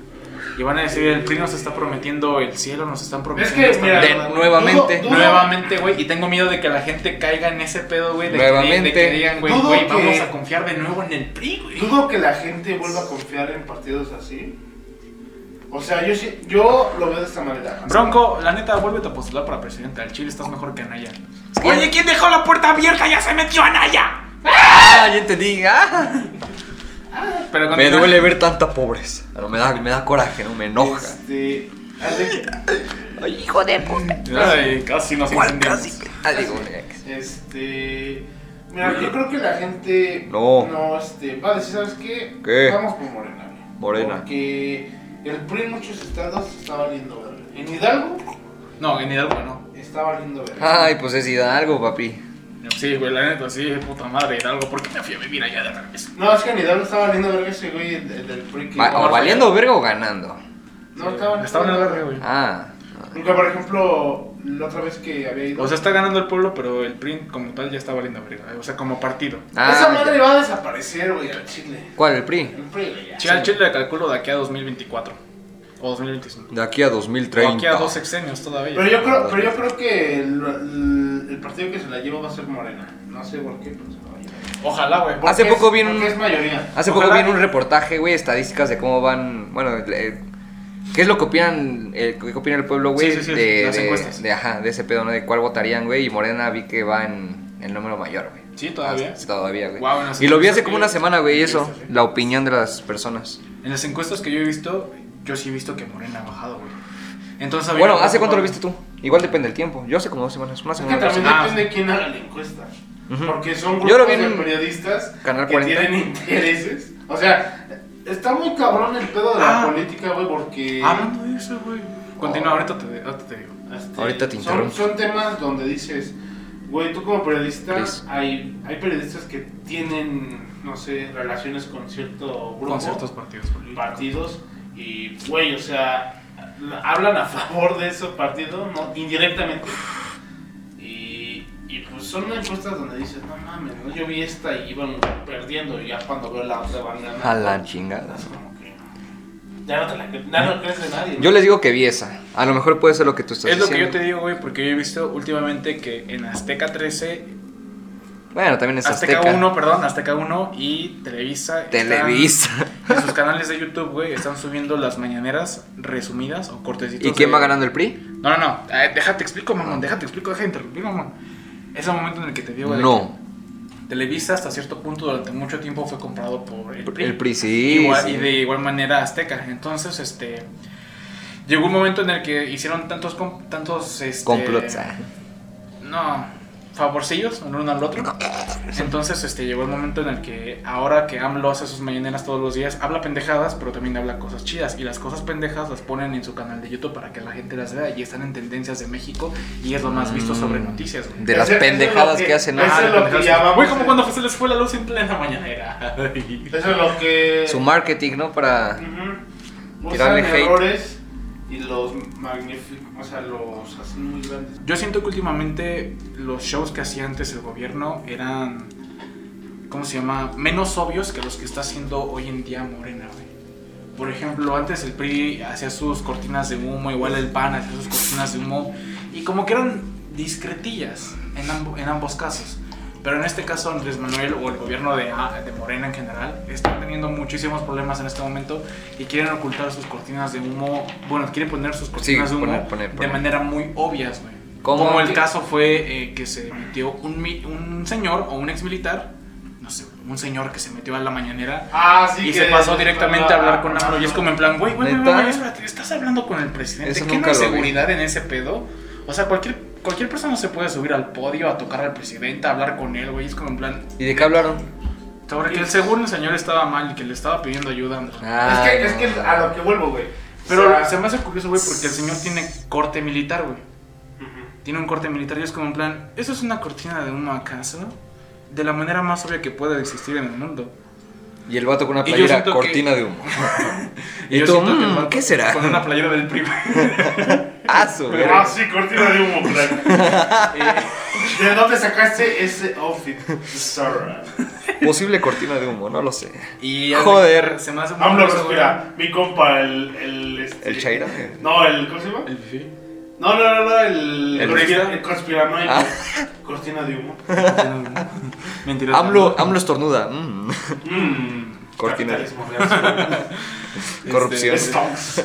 Y van a decir, el PRI nos está prometiendo el cielo, nos están prometiendo... que, esta mira, mierda". De nuevamente. Dudo- dudo- Nuevamente, güey, y tengo miedo de que la gente caiga en ese pedo, güey, de, que- de Nuevamente. que digan, güey, Dudo güey, que- vamos a confiar de nuevo en el PRI, güey. Dudo que la gente vuelva a confiar en partidos así. O sea, yo, sí- yo lo veo de esta manera. Bronco, la neta, vuélvete a postular para presidente. Al Chile estás mejor que Anaya. que- Oye, ¿quién dejó la puerta abierta? ¡Ya se metió Anaya! ¡Ah! Ya entendí. ¡Ah! Pero Me continúa. duele ver tanta pobreza. Pero me da, me da coraje, no me enoja. Este, haz de- Ay, hijo. Hijo de puta. Ay, casi nos ¿Cuál incendiamos. casi? Ah, digo, ex. este, mira, yo creo que la gente No. este, va a decir, ¿sabes qué? ¿Qué? Vamos por Morena. güey. Morena. Porque el PRI en muchos estados está valiendo verga. En Hidalgo No, en Hidalgo no. está valiendo verga. Ay, pues es Hidalgo, papi. Sí, güey, la neta, sí, puta madre, Hidalgo. ¿Por qué me fui a vivir allá de regreso? No, es que en Hidalgo está valiendo verga ese güey el- el del PRI. Que Va- o no, valiendo verga o ganando. No, estaba, Estaba en el barrio, güey. Ah. Porque, por ejemplo, la otra vez que había ido. O sea, está ganando el pueblo, pero el PRI como tal ya está valiendo verga. eh. O sea, como partido. ah Esa madre ya. va a desaparecer, güey, al chile. ¿Cuál, el PRI? El PRI, güey, ya. Che, al Chile le calculo de aquí a 2024. O 2025. De aquí a O 2030. aquí a dos sexenios todavía. Pero yo creo, pero yo creo que el, el- el partido que se la lleva va a ser Morena. No sé por qué, pero se la va a llevar. Ojalá, güey. Porque Hace poco es- vi un- Ah, porque es mayoría. Hace Ojalá poco vi en que- un reportaje, güey, estadísticas de cómo van. Bueno, eh, ¿qué es lo que opinan, eh, qué opina el pueblo, güey? Sí, sí, sí, de, las de- encuestas. de, ajá, de ese pedo, ¿no? De cuál votarían, güey. Y Morena vi que va en el número mayor, güey. Sí, todavía. Sí, todavía, güey. Guau, en las y lo vi hace encuestas como que- una semana, güey, que eso. viste, sí. La opinión de las personas. En las encuestas que yo he visto, yo sí he visto que Morena ha bajado, güey. Entonces, Bueno, había- ¿hace cuánto lo viste tú? Igual depende del tiempo. Yo hace como dos semanas, una Es que semana. también Ah, depende de quién haga la encuesta. Ujú. Porque son Yo lo grupos vi de en periodistas Canal que 40. tienen intereses. O sea, está muy cabrón el pedo de la Ah. política, güey, porque. Ah, Hablando de eso, güey. Oh. Continúa, ahorita te, ahorita te digo. Este, Ahorita te son- interrumpo. Son, temas donde dices, güey, tú como periodista, Chris. hay, hay periodistas que tienen, no sé, relaciones con cierto grupo, Con ciertos partidos políticos. partidos, y, güey, o sea, hablan a favor de ese partido, no, indirectamente. Y, y pues son encuestas donde dices, no mames, ¿no? yo vi esta y iban perdiendo, y ya cuando veo la otra van ganando. A la chingada. es como que Ya no te la cre- ya no crees de nadie. Yo les digo que vi esa. A lo mejor puede ser lo que tú estás Es lo que diciendo. yo te digo, güey, porque yo he visto últimamente que en Azteca 13, Bueno, también es Azteca, Azteca. 1, perdón, Azteca 1 y Televisa. están- Televisa. en sus canales de YouTube, güey, están subiendo las mañaneras resumidas o cortecitos. ¿Y quién de- va ganando el PRI? No, no, no. eh, déjate explico, mamón. Déjate explico, déjate interrumpir, mamón. Es el momento en el que te digo, güey. de No. que Televisa hasta cierto punto durante mucho tiempo fue comprado por el PRI. El PRI, sí. Igual- sí. Y de igual manera Azteca. Entonces, este. Llegó un momento en el que hicieron tantos. com- tantos este, Complots. ah. No. Favorcillos, el uno al otro. Entonces, este, llegó el momento en el que ahora que AMLO hace sus mañaneras todos los días, habla pendejadas, pero también habla cosas chidas. Y las cosas pendejas las ponen en su canal de YouTube para que la gente las vea. Y están en tendencias de México y es lo más visto sobre Mm. noticias, güey. De las Eso- eso es lo pendejadas que, que- hacen. eso ah, es lo que pendejadas. llamamos Güey, como el- cuando se les fue la luz en plena mañanera. Eso es lo que. Su marketing, ¿no? Para. Ujú. Usan Tirarle hate. errores y los magnifican, o sea, los hacen muy grandes. Yo siento que últimamente los shows que hacía antes el gobierno eran, ¿cómo se llama? Menos obvios que los que está haciendo hoy en día Morena, güey. Por ejemplo, antes el PRI hacía sus cortinas de humo, igual el PAN hacía sus cortinas de humo, y como que eran discretillas en, ambo- en ambos casos. Pero en este caso Andrés Manuel o el gobierno de, A- de Morena en general están teniendo muchísimos problemas en este momento y quieren ocultar sus cortinas de humo, bueno, quieren poner sus cortinas de humo poner, poner, de poner. manera muy obvias, güey. ¿Cómo? Como el ¿Qué? caso fue eh, que se metió un, mi- un señor o un ex militar, no sé, un señor que se metió a la mañanera Ah, sí. y se pasó directamente a hablar con AMLO. Y es como en plan, güey, güey, güey, ¿Neta? güey, espérate, estás hablando con el presidente. Eso ¿Qué no nunca hay lo vi. seguridad en ese pedo? O sea, cualquier, cualquier persona se puede subir al podio a tocar al presidente, a hablar con él, güey. Es como en plan, ¿Y de qué hablaron? sobre que el según el señor estaba mal y que le estaba pidiendo ayuda a Andrés Es Ah, que, es no. que a lo que vuelvo, güey. Pero O sea, se me hace curioso, güey, porque el señor tiene corte militar, güey. ujú. Tiene un corte militar y es como en plan, ¿eso es una cortina de humo acaso? De la manera más obvia que pueda existir en el mundo. Y el vato con una Y yo playera siento que- cortina de humo. Y y yo tú, siento que el "Mm, vato- ¿qué será? Con una playera del PRI. Ah, su Ah, verga. sí, cortina de humo, crack. Eh, ¿De dónde sacaste ese outfit? Zorra. Posible cortina de humo, no lo sé. Y ya Joder. Se me hace muy AMLO curioso, güey. respira. Mi compa, el. ¿El, este, ¿El eh. Chaira? No, el. ¿Cómo se llama? El bifi. No, no, no, no, el. ¿El conspira- turista? el conspiranoico. Ah. Cortina de humo. Mentira. AMLO, AMLO estornuda. Mm. Mm, Cortina de capitalismo real. Este, Corrupción. Stonks.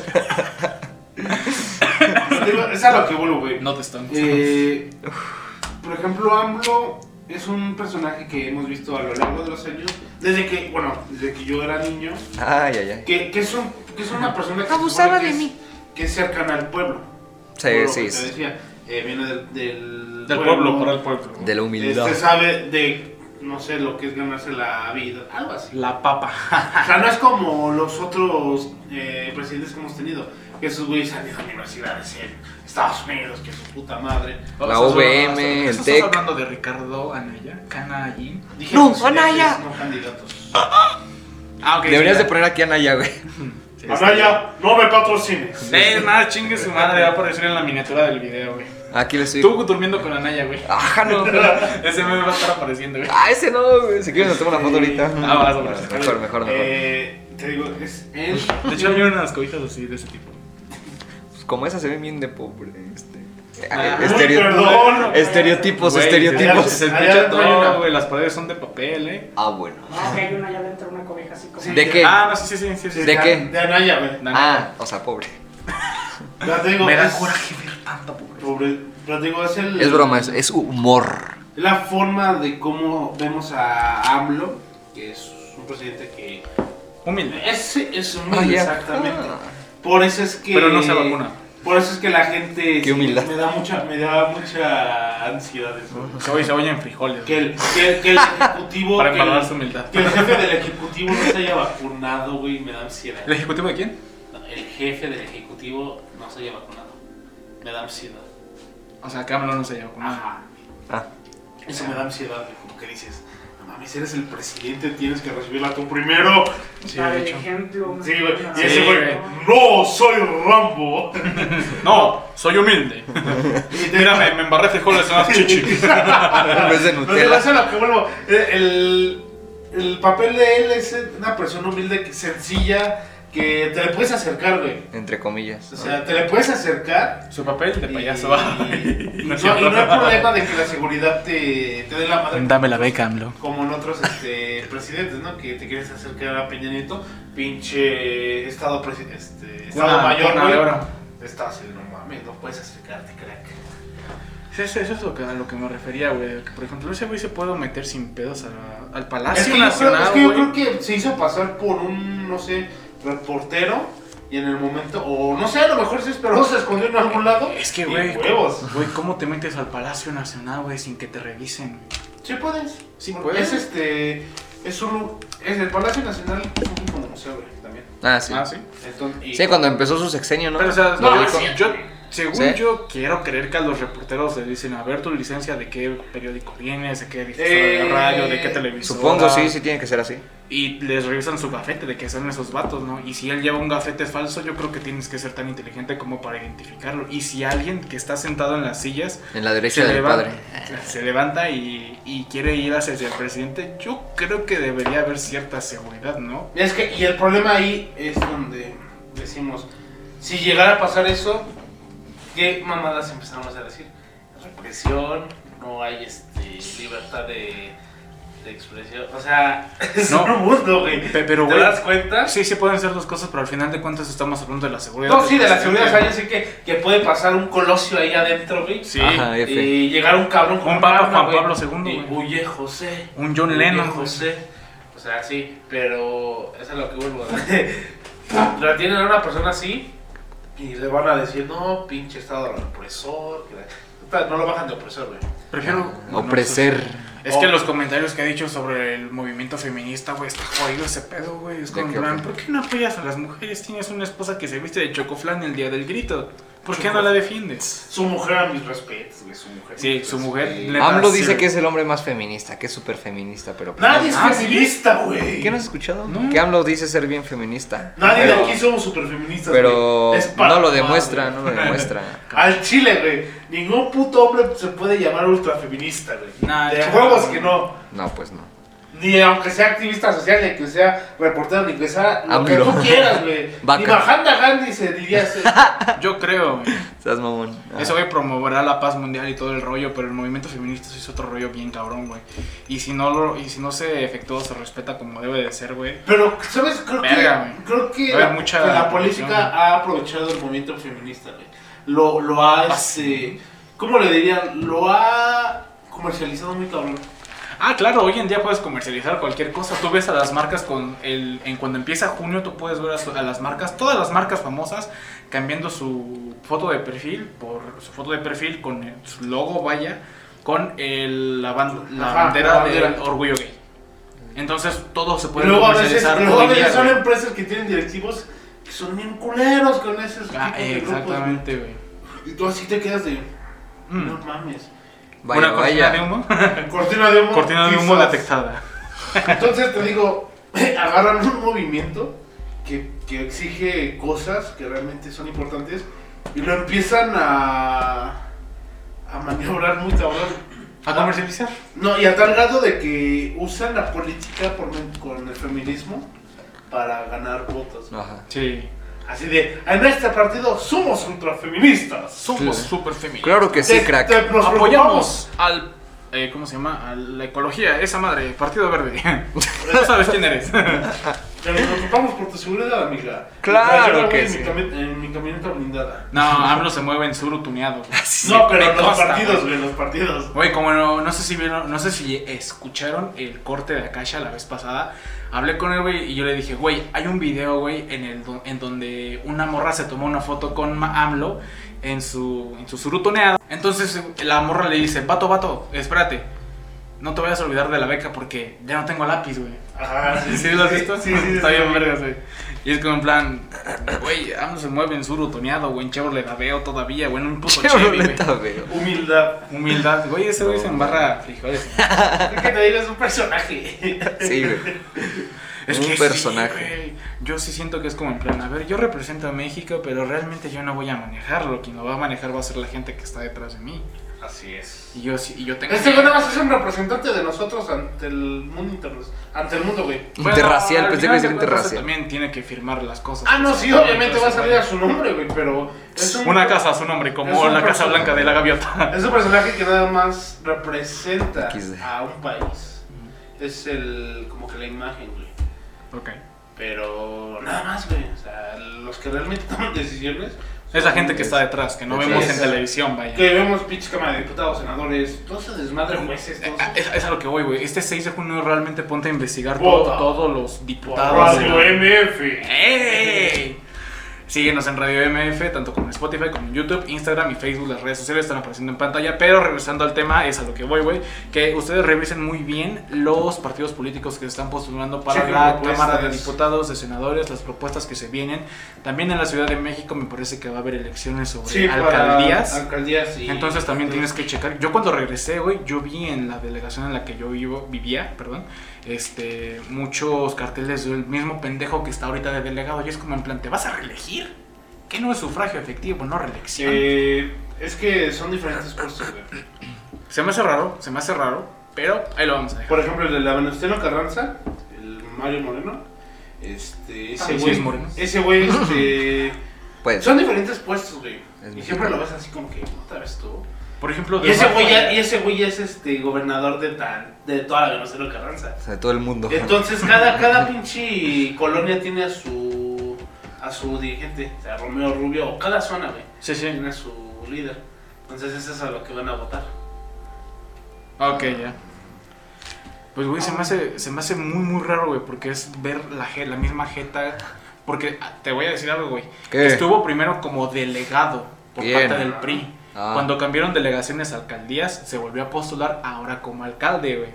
Digo, es a lo que vuelvo, güey. No te están. Eh, por ejemplo, AMLO es un personaje que hemos visto a lo largo de los años, desde que, bueno, desde que yo era niño, Ay, ay, ay. que, que, es, un- que es una persona que se Abusaba supone que de es- mí. que es cercana al pueblo. Por Sí, lo sí. que te sí. decía, eh, viene del, del Del pueblo, para el pueblo. De la humildad. Este sabe de, no sé, lo que es ganarse la vida, algo así. La papa. O sea, no es como los otros eh, presidentes que hemos tenido. Que esos güeyes han ido a universidades en Estados Unidos, que su puta madre. La Estás hablando- OVM, el E estás TEC. hablando de Ricardo Anaya, Canallín. Dije No, presidentes, Anaya. No candidatos. Ah, ok. Deberías sí, de poner aquí a Naya, güey. ya. Sí, Anaya, no me patrocines. sí. Eh, nada, chingue su madre, va a aparecer en la miniatura del video, güey. Aquí le estoy. Tú durmiendo con Anaya, güey. Ajá, no. Ese meme va a estar apareciendo, güey. Ah, ese no, güey. Si quieres, nos tomo una foto ahorita. Ah, vas, vas, vas. Mejor, mejor, mejor. Eh, te digo, es él. De hecho, había unas cobijas así de ese tipo. Pues como esa se ve bien de pobre. Este. Ah, Eh, estereo- Ay, perdón. Estereotipos, Güey, Pues, estereotipos. Se Allá escucha adentro hay una. todo, güey. Las paredes son de papel, eh. Ah, bueno. No, que hay una allá adentro, una cobija así como. ¿De qué? Ah, no, sí, sí, sí. sí, sí. ¿De An- qué? De Anaya, güey. Ah, o sea, pobre. Ya te digo, Me da es- coraje ver tanta pobreza. Pobre. Pero te digo, es el. Es broma, es, es humor. Es la forma de cómo vemos a AMLO, que es un presidente que. Humilde. Ese es un. Ah, ya. exactamente. Ah. Por eso es que. Pero no se vacuna. Por eso es que la gente. Qué humildad. Me da mucha, me da mucha ansiedad eso. Se oye, se oye en frijoles. Que el, que, el- que el ejecutivo. Para que, el, embarrar su humildad. que el jefe del ejecutivo no se haya vacunado, güey, me da ansiedad. ¿El ejecutivo de quién? El jefe del ejecutivo no se haya vacunado. Me da ansiedad. O sea, que AMLO no se llevó con nada. Ajá. Ah, Eso me da ansiedad, güey, como que dices. No mames, eres el presidente, tienes que recibirla tú primero. Sí, La de del hecho. ejemplo. una- Sí, güey. una- Y ese güey, güey. no, soy Rambo. No, soy humilde. Y te- Mírame, me embarré frijoles en las chichis. Ah. en vez de Pero Nutella. eso es lo que vuelvo. Eh, El, el papel de él es una persona humilde, que- sencilla, que te le puedes acercar, güey. Entre comillas. O sea, te le puedes acercar. Su papel de Este payaso. Y, y no, y no hay problema de que la seguridad te, te dé la madre. Dame la beca, AMLO. Como en otros este, presidentes, ¿no? Que te quieres acercar a Peña Nieto, pinche estado, presi- este, estado mayor, cuna Ah, de oro. güey. Estás así, no mames, no puedes acercarte, crack. Sí, Eso, eso es lo que, a lo que me refería, güey. Que, por ejemplo, ese güey se puede meter sin pedos a- al Palacio Es que, Ah, yo creo, Nacional, es que yo creo güey. que se hizo pasar por un, no sé, reportero y en el momento, o no sé, a lo mejor se esperó, se escondió en algún lado. Es que, y güey. huevos. Güey, ¿cómo te metes al Palacio Nacional, güey, sin que te revisen? Sí puedes. Sí Porque puedes. Es este, es un, es el Palacio Nacional, es un como museo, güey, también. Ah, sí. sí. Entonces, y- Sí, cuando empezó su sexenio, ¿no? Pero, o sea, Lo no, dijo. sí, yo, según Sí. yo, quiero creer que a los reporteros le dicen, a ver tu licencia, de qué periódico vienes, de qué difusora Eh, de radio, de qué televisión. Supongo, sí, sí tiene que ser así. Y les revisan su gafete, de qué son esos vatos, ¿no? Y si él lleva un gafete falso, yo creo que tienes que ser tan inteligente como para identificarlo. Y si alguien que está sentado en las sillas En la derecha del levan- padre. se levanta y, y quiere ir hacia el presidente, yo creo que debería haber cierta seguridad, ¿no? Es que, y el problema ahí es donde decimos, si llegara a pasar eso, ¿qué mamadas empezamos a decir? Represión, no hay este, libertad de, de expresión. O sea, es No. un mundo, güey. Pe- pero, ¿Te güey, das cuenta? Sí, sí pueden ser dos cosas, pero al final de cuentas estamos hablando de la seguridad. No, del sí, de la seguridad. presidente. O sea, yo sé que, que puede pasar un colosio ahí adentro, güey. Sí. Ajá, F. Y llegar un cabrón Un un Papa Juan Pablo Y II, güey. huye José. Un John Huye Lennon, güey. José. O sea, sí, pero eso es lo que vuelvo. ¿no? La tienen a una persona así y le van a decir, no, pinche estado opresor. que la- Puta, No lo bajan de opresor, güey. Prefiero. Oprecer. Es que los comentarios que ha dicho sobre el movimiento feminista, güey, está jodido ese pedo, güey. Es ¿De como, qué, en plan, güey? ¿por qué no apoyas a las mujeres? Tienes una esposa que se viste de chocoflán el día del grito. ¿Por qué no la defiendes? Su mujer a mis respetos, güey, su mujer. Sí, su mujer le- AMLO Sí. dice que es el hombre más feminista, que es súper feminista, pero... Nadie es Ah, feminista, güey. ¿Qué no has escuchado? No. Que AMLO dice ser bien feminista. Nadie pero, de aquí somos superfeministas, Pero güey. Es para no lo mamá, demuestra, güey. no lo demuestra. Al chile, güey. Ningún puto hombre se puede llamar ultrafeminista, güey. Nah, de chaval. huevos que no. No, pues no. Ni aunque sea activista social, ni que sea reportero, ni que sea lo que AMLO. tú quieras, güey. Ni Vaca. Mahatma Gandhi se diría así. Yo creo. güey. Estás mamón. Ah. Eso, güey, promoverá la paz mundial y todo el rollo, pero el movimiento feminista sí es otro rollo bien cabrón, güey. Y si no lo, y si no se efectúa o se respeta como debe de ser, güey. Pero, ¿sabes? Creo Verga, que, creo que Hay la, mucha que la corrupción, güey. política ha aprovechado el movimiento feminista, güey. Lo, lo Ah, ha, este, ¿cómo le dirían? Lo ha comercializado muy cabrón. Ah, claro, hoy en día puedes comercializar cualquier cosa. Tú ves a las marcas con el. En cuando empieza junio, tú puedes ver a, su- a las marcas, todas las marcas famosas, cambiando su foto de perfil por su foto de perfil con el- su logo, vaya, con el, la, ban- la Ajá, bandera la bandera. del orgullo gay. Entonces todo se puede Luego a veces, comercializar. luego hoy a veces día, son güey. empresas que tienen directivos que son bien culeros con esos Ah, tipos de grupos, exactamente, güey. güey. Y tú así te quedas de, Mm. no mames. Ah, Vaya, Una cortina vaya. de humo. Cortina de humo. cortina de humo quizás. detectada. Entonces te digo, agarran un movimiento que, que exige cosas que realmente son importantes y lo empiezan a, a maniobrar muy cabrón. A comercializar. No, y a tal grado de que usan la política por men- con el feminismo para ganar votos. Ajá. Sí. Así de, en este partido somos ultrafeministas. Somos Sí. súper feministas. Claro que sí, Te- crack. te- nos apoyamos al eh, ¿cómo se llama? a la ecología, esa madre, Partido Verde. no sabes quién eres. preocupamos- Te eh, nos preocupamos por tu seguridad, amiga. Claro Yo la voy que en sí. Mi cami- en mi camioneta blindada. No, AMLO se mueve en suru tuneado. güey. no, pero me los consta, pues. partidos, güey. güey, los partidos. Güey, como no, no sé si vieron, no sé si escucharon el corte de Akasha la vez pasada. Hablé con él, güey, y yo le dije, güey, hay un video, güey, en el do- en donde una morra se tomó una foto con Ma- AMLO en su en su surutoneado. Entonces eh, la morra le dice, "Vato, vato, espérate. No te vayas a olvidar de la beca porque ya no tengo lápiz, güey." Ajá, sí, ¿Sí lo has visto? Sí, sí, sí, Está sí, bien sí. vergas, güey. Y es como en plan, güey, AMLO se mueve en suru toneado, güey, en Chevrolet Aveo todavía, güey, en un puto Chevy, güey. Chevroneta, veo. Humildad. Humildad, güey, ese güey se embarra frijoles. Es que te digo, es un personaje. Sí, güey. Es Un que sí, personaje. güey. yo sí siento que es como en plan, a ver, yo represento a México, pero realmente yo no voy a manejarlo. Quien lo va a manejar va a ser la gente que está detrás de mí. Así es. Y yo, sí- y yo tengo... Este güey nada más es un representante de nosotros ante el mundo internacional. Ante el mundo, güey. Bueno, Interracial, al pensé que iba a final decir de cuentas, interracial. También tiene que firmar las cosas. Ah, que no, se sí, firman, obviamente va a entonces, salir a su nombre, güey, pero. Es güey. un, Una casa a su nombre, Es como un la Casa personaje. Blanca de la Gaviota. Es un personaje que nada más representa XD. a un país. Es el. como que la imagen, güey. ok. Pero nada más, güey. O sea, los que realmente toman decisiones. Es la son- gente que está detrás, que no Sí, vemos en es- televisión, vaya. Que vemos pinche cámara de diputados, senadores, todo ese desmadre, jueces, todo Ah, eso. Es, es a lo que voy, güey. Este 6 de junio realmente ponte a investigar Vota. todo- todos los diputados. Radio MF. ¡Ey! Síguenos en Radio MF, tanto como en Spotify, como en YouTube, Instagram y Facebook. Las redes sociales están apareciendo en pantalla. Pero regresando al tema, es a lo que voy, güey. Que ustedes revisen muy bien los partidos políticos que se están postulando para Chequen la propuestas. Cámara de Diputados, de Senadores, las propuestas que se vienen. También en la Ciudad de México me parece que va a haber elecciones sobre Sí, eh, alcaldías. Para alcaldías y- Entonces también tienes que checar. Yo cuando regresé, güey, yo vi en la delegación en la que yo vivo, vivía, perdón, este, muchos carteles del mismo pendejo que está ahorita de delegado. Y es como en plan, ¿te vas a reelegir? ¿Qué no es sufragio efectivo? No reelección. Eh, es que son diferentes puestos, güey. Se me hace raro, se me hace raro, pero ahí lo vamos a dejar. Por ejemplo, el de la Venustiano Carranza, el Mario Moreno. Este, ese Ah, sí, güey. es moreno. ese güey, este. Pues, son diferentes puestos, güey. Es Y siempre mexicano. lo ves así como que, otra vez tú. Por ejemplo, Y de ese Marco- güey ya, y ese güey ya es este gobernador de tan, de toda la Venustiano Carranza. o sea, todo el mundo. Entonces cada, cada pinche colonia tiene a su a su dirigente, o sea, Romeo Rubio, o cada zona, güey, Sí, sí. tiene a su líder. Entonces eso es a lo que van a votar. Ok, ya. Pues, güey, se me, hace, se me hace muy, muy raro, güey, porque es ver la, je- la misma jeta. Porque ah, te voy a decir algo, güey. ¿Qué? Estuvo primero como delegado por Bien. parte del PRI. Ah. Cuando cambiaron delegaciones a alcaldías, se volvió a postular ahora como alcalde, güey.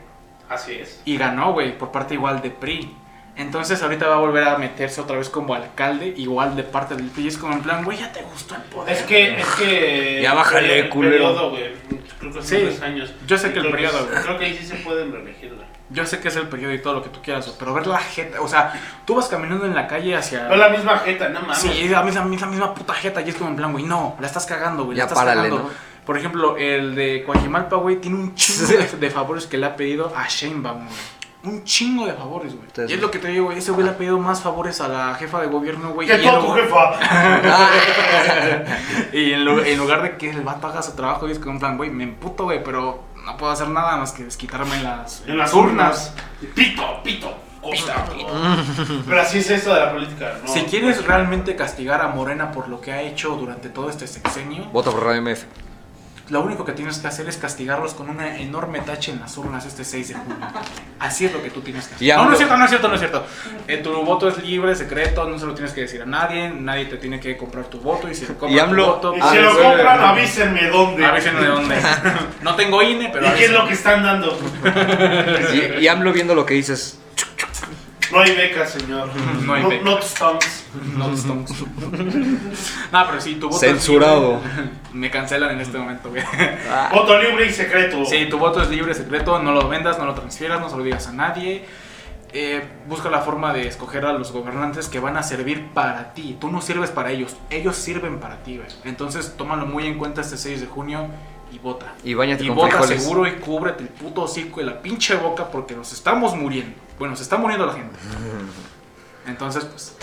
Así es. Y ganó, güey, por parte igual de PRI. Entonces ahorita va a volver a meterse otra vez como alcalde, igual de parte del PRI. Es como en plan, güey, ya te gustó el poder. Es que, es que. Ya bájale, el culero. periodo, güey. Creo que son Sí, tres años. yo sé que Creo el periodo, güey. Creo que ahí sí se pueden reelegir, güey. Yo sé que es el periodo y todo lo que tú quieras, pero ver la jeta, o sea, tú vas caminando en la calle hacia... Pero la misma jeta, no mames. Sí, es la misma, misma, misma puta jeta y es como en plan, güey, no, la estás cagando, güey, la Ya estás párale, cagando. ¿no? Por ejemplo, el de Coajimalpa, güey, tiene un chingo de, de favores que le ha pedido a Sheinbaum, güey. Un chingo de favores, güey. Entonces, y es lo que te digo, güey, ese güey le ha pedido más favores a la jefa de gobierno, ah. güey. ¡Qué y en toco, lugar- jefa! Ah, Y en, lu- en lugar de que el vato haga su trabajo, y es como en plan, güey, me emputo, güey, pero no puedo hacer nada más que desquitarme en las, En las urnas. Pito, pito, costa. Pero así es esto de la política, ¿no? Si quieres realmente castigar a Morena por lo que ha hecho durante todo este sexenio, Vota por Radio MF. lo único que tienes que hacer es castigarlos con una enorme tache en las urnas este 6 de junio. Así es lo que tú tienes que hacer. Y No, no AMLO- es cierto, no es cierto, no es cierto. Eh, tu voto es libre, secreto, no se lo tienes que decir a nadie, nadie te tiene que comprar tu voto y si te compran Y AMLO- tu voto... pues, Y Ah, si lo sí, compran, güey. avísenme dónde. Avísenme de dónde. No tengo INE, pero ¿Y qué es avísenme. lo que están dando? Y, y AMLO viendo lo que dices. No hay becas, señor. No hay becas. No, stunts. No, Stones. no, pero sí, tu voto Censurado. es libre. Me cancelan en este momento, güey. Ah, Voto libre y secreto. Sí, tu voto es libre, secreto, no lo vendas, no lo transfieras, no se lo digas a nadie. Eh, busca la forma de escoger a los gobernantes que van a servir para ti. Tú no sirves para ellos, ellos sirven para ti, güey. Entonces, tómalo muy en cuenta este 6 de junio y vota. Y bañate Y con vota frijoles. seguro y cúbrete el puto hocico y la pinche boca porque nos estamos muriendo. Bueno, se está muriendo la gente. Entonces, pues,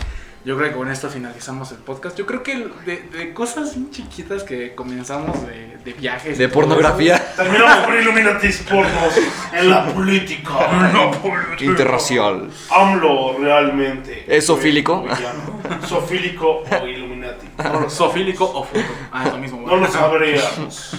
yo creo que con esto finalizamos el podcast. Yo creo que el- de, de cosas bien chiquitas que comenzamos de, de viajes. y De todo eso, pornografía Terminamos por Illuminatis pornos en la política. No política. interracial. AMLO realmente. ¿Es sofílico? Fue goyano. Sofílico o Illuminati. No lo, Sofílico o fruto. Ah, es lo mismo. no güey. lo sabríamos.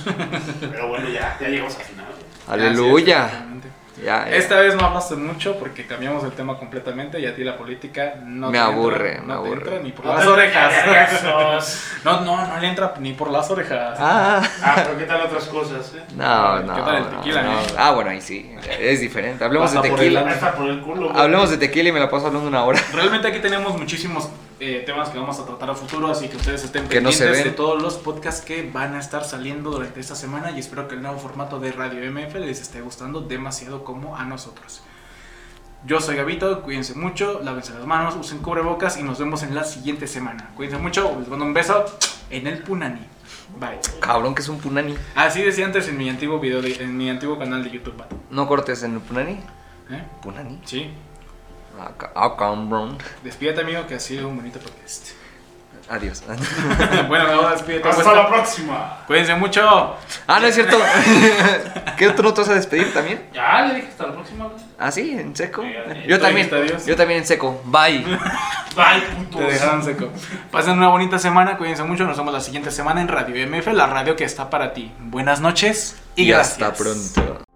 Pero bueno, ya, ya llegamos al final. Así Ah, es, Aleluya. exactamente. Ya, ya. Esta vez no hablaste mucho porque cambiamos el tema completamente y a ti la política no Me te aburre, entra, me no te aburre. entra ni por las orejas. No, no, no le entra ni por las orejas. Ah, Ah, pero ¿qué tal otras cosas, eh? no, no. ¿Qué tal el no, tequila, no. eh? Ah, bueno, ahí sí. Es diferente. Hablemos de Pasa por tequila. el- Hasta por el culo. güey. Hablemos de tequila y me la paso hablando una hora. Realmente aquí tenemos muchísimos eh, temas que vamos a tratar a futuro, así que ustedes estén Que no pendientes se de ven. todos los podcasts que van a estar saliendo durante esta semana y espero que el nuevo formato de Radio MF les esté gustando demasiado como a nosotros. Yo soy Gabito, cuídense mucho, lávense las manos, usen cubrebocas y nos vemos en la siguiente semana. Cuídense mucho, les mando un beso en el Punani. Bye. Cabrón, que es un punani. Así decía antes en mi antiguo video, de- en mi antiguo canal de YouTube. vato. No cortes en el punani. ¿Eh? Punani. Sí. Ah, ca- ah, cabrón. Despídete amigo, que ha sido un bonito podcast. Adiós. bueno, no, despídete. Hasta pues. la próxima. Cuídense mucho. Ah, no es cierto. ¿Qué tú no te vas a despedir también? Ya le dije hasta la próxima. güey. Ah, sí, en seco. Eh, Yo tú también. dijiste adiós. Yo también en seco. Bye. Bye, Te putos. dejaron seco. Pasen una bonita semana, cuídense mucho. Nos vemos la siguiente semana en Radio MF, la radio que está para ti. Buenas noches y, Y gracias. hasta pronto.